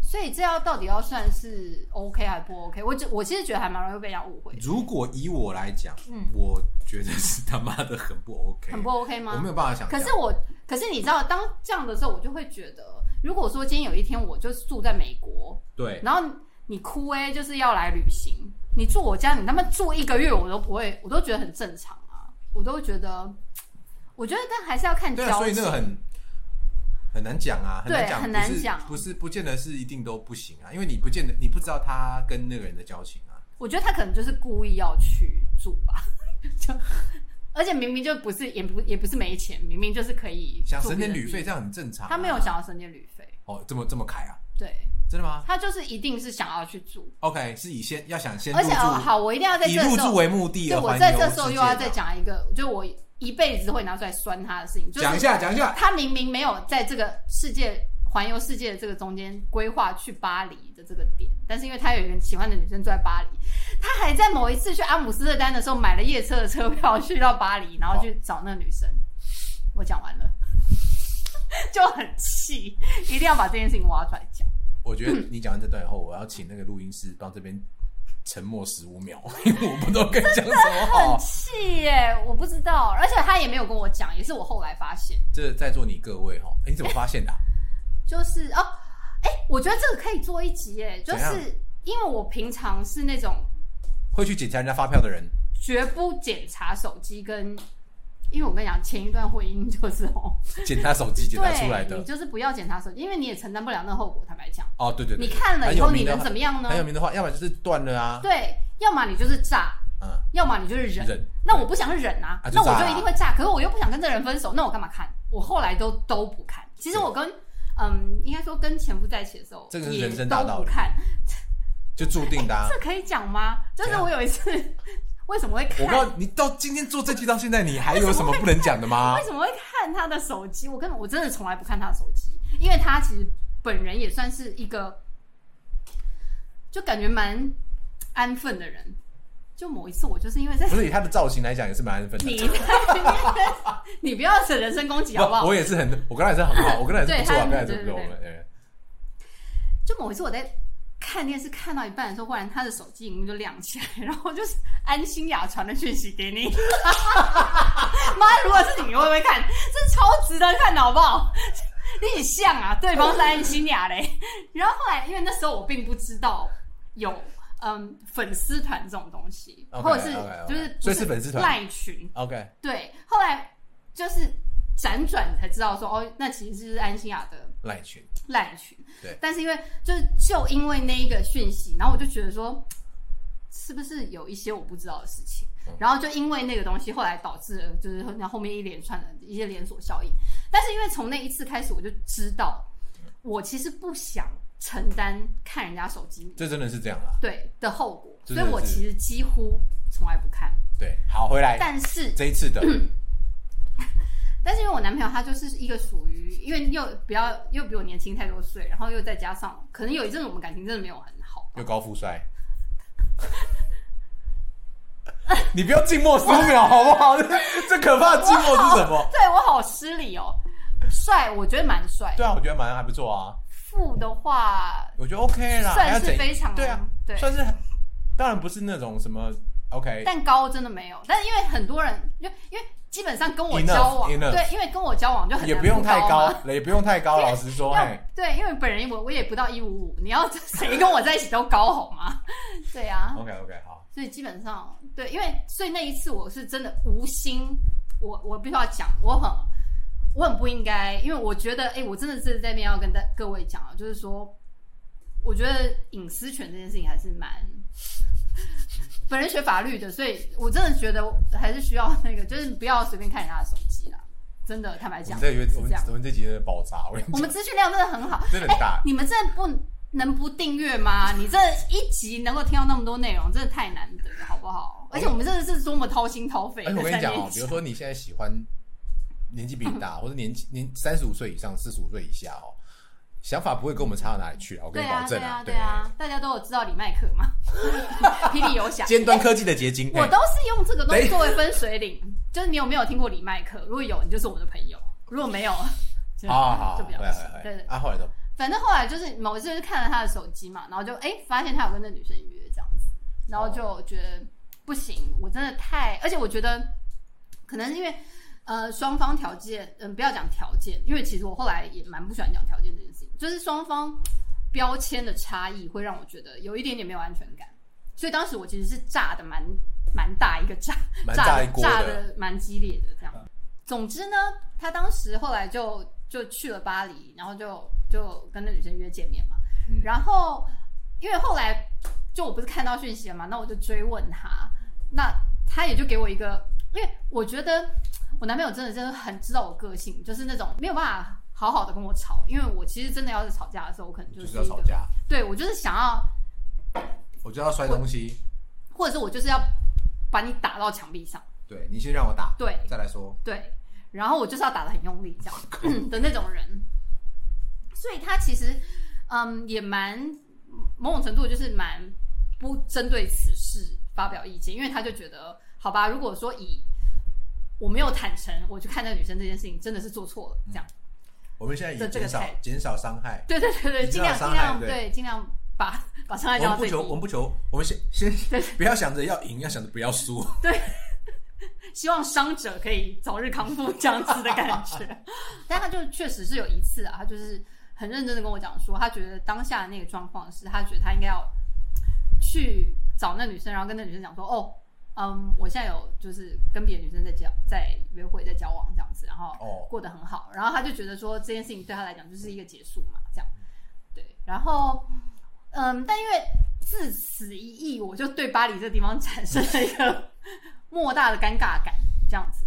S2: 所以这要到底要算是 OK 还不 OK？我就我其实觉得还蛮容易被人家误会，
S1: 如果以我来讲，
S2: 嗯
S1: 我觉得是他妈的很不 OK，
S2: 很不 OK 吗？
S1: 我没有办法想象。
S2: 可是我，可是你知道，当这样的时候，我就会觉得，如果说今天有一天我就是住在美国，
S1: 对，
S2: 然后你哭哎、就是要来旅行，你住我家，你他妈住一个月，我都不会，我都觉得很正常啊，我都觉得，我觉得但还是要看
S1: 对啊，
S2: 交
S1: 所以那
S2: 情。
S1: 个很很难讲啊，很
S2: 对
S1: 难讲，
S2: 很难
S1: 不是
S2: 讲
S1: 不是不见得是一定都不行啊，因为你不见得你不知道他跟那个人的交情啊。
S2: 我觉得他可能就是故意要去住吧， 就而且明明就不是，也不也不是没钱，明明就是可以
S1: 想
S2: 住
S1: 省点
S2: 别的
S1: 旅费，
S2: 地
S1: 这样啊很正常、
S2: 方，他没有想要省点旅费，
S1: 哦，这么这么开啊？
S2: 对
S1: 真的吗
S2: 他就是一定是想要去住。
S1: ？OK，是以先要想先入
S2: 而
S1: 住，
S2: 且哦，好，我一定要在
S1: 以
S2: 这
S1: 入
S2: 时
S1: 住
S2: 候，
S1: 为目的
S2: 对
S1: 而
S2: 我
S1: 环
S2: 在
S1: 游
S2: 这时候
S1: 世
S2: 又
S1: 界
S2: 要
S1: 的
S2: 再讲一个，就我一辈子会拿出来酸他的事情，就
S1: 讲一
S2: 是
S1: 下讲一下，
S2: 他明明没有在这个世界环游世界的这个中间规划去巴黎的这个点，但是因为他有一个喜欢的女生住在巴黎，他还在某一次去阿姆斯特丹的时候买了夜车的车票去到巴黎，然后去找那个女生。 我讲完了， 就很气，一定要把这件事情挖出来讲。
S1: 我 觉得你讲完这段以后，我要请那个录音师帮这边沉默十五秒， 因为我不知道该讲什么好
S2: 很。 气耶，我不知道，而且他也没有跟我讲，也是我后来发现，
S1: 这在座你各位哈、诶你怎么发现的 啊、
S2: 就是哦，哎、我觉得这个可以做一集耶，就
S1: 怎样
S2: 是因为我平常是那种
S1: 会去检查人家发票的人，
S2: 绝不检查手机跟。因为我跟你讲，前一段婚姻就是哦，
S1: 检查手机检查出来
S2: 对，
S1: 的
S2: 你。就是不要检查手机，因为你也承担不了那后果。坦白讲，
S1: 哦，对对对，
S2: 你看了
S1: 很
S2: 以
S1: 有
S2: 后你
S1: 名的
S2: 能怎么样呢
S1: 很？有名的话，要不然就是断了啊，
S2: 对，要么你就是炸，
S1: 嗯，
S2: 要么你就是忍。
S1: 忍
S2: 那我不想忍啊，
S1: 啊就
S2: 那我
S1: 炸
S2: 就
S1: 啊
S2: 一定会炸。可是我又不想跟这人分手，那我干嘛看？我后来都都不看。其实我跟嗯，应该说跟前夫在一起的时候，
S1: 这个是
S2: 也
S1: 人生大
S2: 都
S1: 道
S2: 不
S1: 理
S2: 看。
S1: 就注定 的、啊。
S2: 这可以讲吗？就是
S1: 怎样
S2: 我有一次 为什么会
S1: 我
S2: 看？
S1: 告诉你，你到今天做这期到现在，你还有什么不能讲的吗
S2: 为？什么会看他的手机？我根本我真的从来不看他的手机，因为他其实本人也算是一个，就感觉蛮安分的人。就某一次，我就是因为在
S1: 不是以他的造型来讲，也是蛮安分的。
S2: 你在 你不要扯人身攻击好不好
S1: 我？也是很，我跟他也是很好，我跟他也是不错、啊，
S2: 对他
S1: 跟他也是不错。
S2: 对对对
S1: 我们哎
S2: 就某一次我在看电视看到一半的时候，忽然他的手机荧幕就亮起来， 然后就是安心雅传的讯息给你。 妈，如果是你，你会不会看？这超值得看的，好不好？你很像啊，对方是安心雅嘞。然后后来，因为那时候我并不知道有嗯粉丝团这种东西
S1: OK，
S2: 或者是
S1: OK，OK
S2: 就是不
S1: 所以是粉丝团
S2: 赖群，
S1: OK，
S2: 对。后来就是辗转才知道说，哦，那其实是安心雅的
S1: 赖群，
S2: 烂群。
S1: 对
S2: 但是因为就是就因为那一个讯息，然后我就觉得说，是不是有一些我不知道的事情？
S1: 嗯
S2: 然后就因为那个东西，后来导致了就是那后面一连串的一些连锁效应。但是因为从那一次开始，我就知道我其实不想承担看人家手机
S1: 这真的是这样啦。
S2: 对的后果，
S1: 真
S2: 所
S1: 的
S2: 以我
S1: 是
S2: 其实几乎从来不看。
S1: 对，好，回来
S2: 但嗯是
S1: 这一次的，
S2: 但是因为我男朋友他就是一个属于，因为又比较又比我年轻太多岁，然后又再加上可能有一阵子我们感情真的没有很好，
S1: 又高富帅， 你不要静默十五秒好不 好？这这可怕的静默是什么？
S2: 对我好失礼哦。帅，我觉得蛮帅。
S1: 对啊，我觉得蛮还不错啊，
S2: 富的话，
S1: 我觉得 OK 啦，还要
S2: 算是
S1: 怎
S3: 非常
S1: 对啊，
S3: 对
S1: 算是当然不是那种什么 OK，
S2: 但高真的没有。但因为很多人，因为因为基本上跟我
S1: Enough，
S2: 交往
S1: enough
S2: 对，因为跟我交往就很
S1: 也
S2: 难
S1: 不用太
S2: 高
S1: 高
S2: 嘛。，
S1: 也不用太高。
S2: 因为
S1: 老实说，
S2: 要
S1: 哎，
S2: 对，因为本人我我也不到一五五，你要谁跟我在一起都高好吗？ 对啊，
S1: OK OK 好，
S2: 所以基本上对，因为所以那一次我是真的无心，我我必须要讲，我很我很不应该，因为我觉得哎、我真的是在这边要跟大各位讲啊，就是说，我觉得隐私权这件事情还是蛮。本人学法律的，所以我真的觉得还是需要那个，就是不要随便看人家的手机啦。真的，坦白
S1: 我
S2: 讲，
S1: 们这
S2: 是
S1: 我
S2: 这
S1: 们
S2: 样。
S1: 我们这集真的爆炸，我跟你
S2: 我
S1: 讲
S2: 们资讯量真的很好，
S1: 真的很大。
S2: 你们真的不能不订 阅吗？你这一集能够听到那么多内容，真的太难得了，好不好？而且我们真的是多么掏心掏肺
S1: 而且
S2: 的
S1: 哎我跟
S2: 在
S1: 你讲哦
S2: 练，
S1: 比
S2: 习
S1: 如。说你现在喜欢年纪比你 大，或者年纪年三十五岁以上、四十五岁以下哦，想法不会跟我们差到哪里去啊，我跟
S2: 对
S1: 你保
S2: 啊，对
S1: 证
S2: 啊，
S1: 对
S2: 对，啊，大家都有知道李麦克 嘛，霹雳游侠，
S1: 尖端科技的结晶，
S2: 啊我
S1: 哎
S2: 都是用这个东西作为分水岭。就是你有没有听过李麦克？如果有，你就是我的朋友；如果没有，就
S1: 哎好好好，
S2: 就
S1: 会
S2: 不要
S1: 会
S2: 说
S1: 会，
S2: 对对
S1: 啊，后来都
S2: 反正后来就是某一次就是看了他的手机嘛，然后就哎、发现他有跟那女生约这样子，然后就觉得不行，我真的太，而且我觉得可能是因为呃双方条件，嗯、不要讲条件，因为其实我后来也蛮不喜欢讲条件这件事情，就是双方标签的差异会让我觉得有一点点没有安全感，所以当时我其实是炸的蛮蛮大一个炸，
S1: 蛮
S2: 炸
S1: 大
S2: 得
S1: 一锅
S2: 炸
S1: 的，
S2: 的蛮激烈的这样。总之呢，他当时后来就就去了巴黎，然后就就跟那女生约见面嘛。
S1: 嗯
S2: 然后因为后来就我不是看到讯息了嘛，那我就追问他，那他也就给我一个，因为我觉得我男朋友真的真的很知道我个性，就是那种没有办法好好的跟我吵，因为我其实真的要是吵架的时候，我可能
S1: 就
S2: 就是是
S1: 要
S2: 一
S1: 吵
S2: 个，
S1: 架，
S2: 对我就是想要
S1: 我就要摔东西，
S2: 或者是我就是要把你打到墙壁上，
S1: 对你先让我打，
S2: 对，
S1: 再来说，
S2: 对，然后我就是要打的很用力这
S1: 嗯
S2: 样 的那种人，所以他其实嗯也蛮某种程度就是蛮不针对此事发表意见，因为他就觉得好吧，如果说以我没有坦诚，我去看那个女生这件事情真的是做错了，这
S1: 嗯
S2: 样
S1: 我们现在
S2: 这
S1: 以
S2: 这个
S1: 减少
S2: 菜
S1: 减少伤害，
S2: 对对对对，
S1: 你
S2: 尽
S1: 知道
S2: 量
S1: 伤
S2: 尽
S1: 害
S2: 量
S1: 对
S2: 对尽量把把伤害
S1: 我
S2: 降
S1: 们
S2: 到
S1: 不
S2: 最低
S1: 求，，我们不求，我 们先先不要想着要赢，要想着不要输，
S2: 希望伤者可以早日康复这样子的感觉。 但他就确实是有一次啊，他就是很认真的跟我讲说，他觉得当下那个状况是他觉得他应该要去找那女生，然后跟那女生讲说，哦，嗯，我现在有就是跟别的女生在交在约会在交往这样子，然后
S1: 哦
S2: 过得很好，然后他就觉得说这件事情对他来讲就是一个结束嘛，这样
S1: 嗯
S2: 对，然后嗯，但因为自此一役，我就对巴黎这地方产生了一个莫大的尴尬感，这样 子，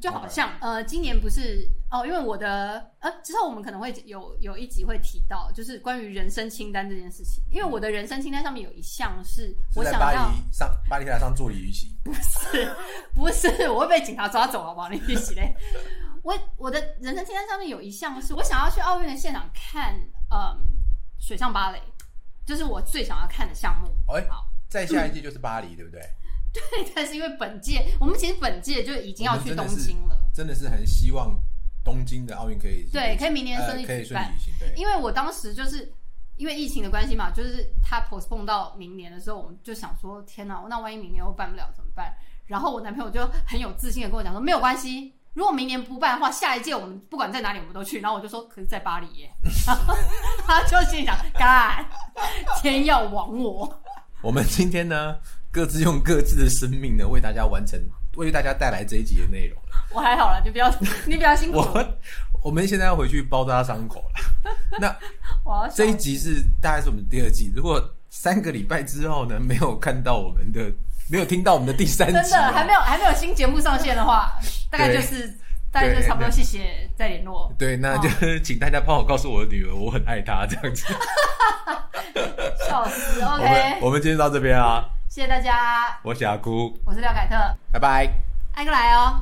S2: 就好像
S1: 嗯
S2: 呃，今年不是哦，因为我的呃，之后我们可能会有有一集会提到，就是关于人生清单这件事情，因为我的人生清单上面有一项是
S1: 是
S2: 我
S1: 在
S2: 想
S1: 巴
S2: 要。
S1: 黎上巴黎铁塔上做鱼席，
S2: 不是，我会被警察抓走，好不好？你一起 嘞。我我的人生清单上面有一项是我想要去奥运的现场看，嗯，水上芭蕾，这、是我最想要看的项目。
S1: 哎
S2: 好，
S1: 再下一届就是巴黎，对不对？
S2: 对，但是因为本届我们其实本届就已经要去东京了，
S1: 真的是很希望东京的奥运可以
S2: 对，可以明年
S1: 呃
S2: 顺利
S1: 可以
S2: 举
S1: 顺
S2: 办
S1: 利。举行，对，
S2: 因为我当时就是因为疫情的关系嘛，就是他 postpone 到明年的时候，我们就想说，天哪，那万一明年又办不了怎么办？然后我男朋友就很有自信的跟我讲说，没有关系，如果明年不办的话，下一届我们不管在哪里我们都去。然后我就说，可是在巴黎耶， 他就心里想，干，天要亡我。
S1: 我们今天呢，各自用各自的生命呢，为大家完成，为大家带来这一集的内 容。
S2: 我还好了，你不要，你比较辛苦，我
S1: 我我们现在要回去包扎伤口了。 那
S2: 要
S1: 这一集是大概是我们第二季，如果三个礼拜之后呢，没有看到我们的，没有听到我们的第三集哦，
S2: 真的还没有还没有新节目上线的话，大概就是大概就差不多，谢谢再联络。
S1: 对，那就请大家帮我告诉我的女儿，我很爱她这样子。
S2: 笑死
S1: 我们
S2: ，OK，
S1: 我们今天到这边啊，
S2: 谢谢大家，
S1: 我是阿姑，
S2: 我是廖凯特，
S1: 拜拜。
S2: 艾哥来哦。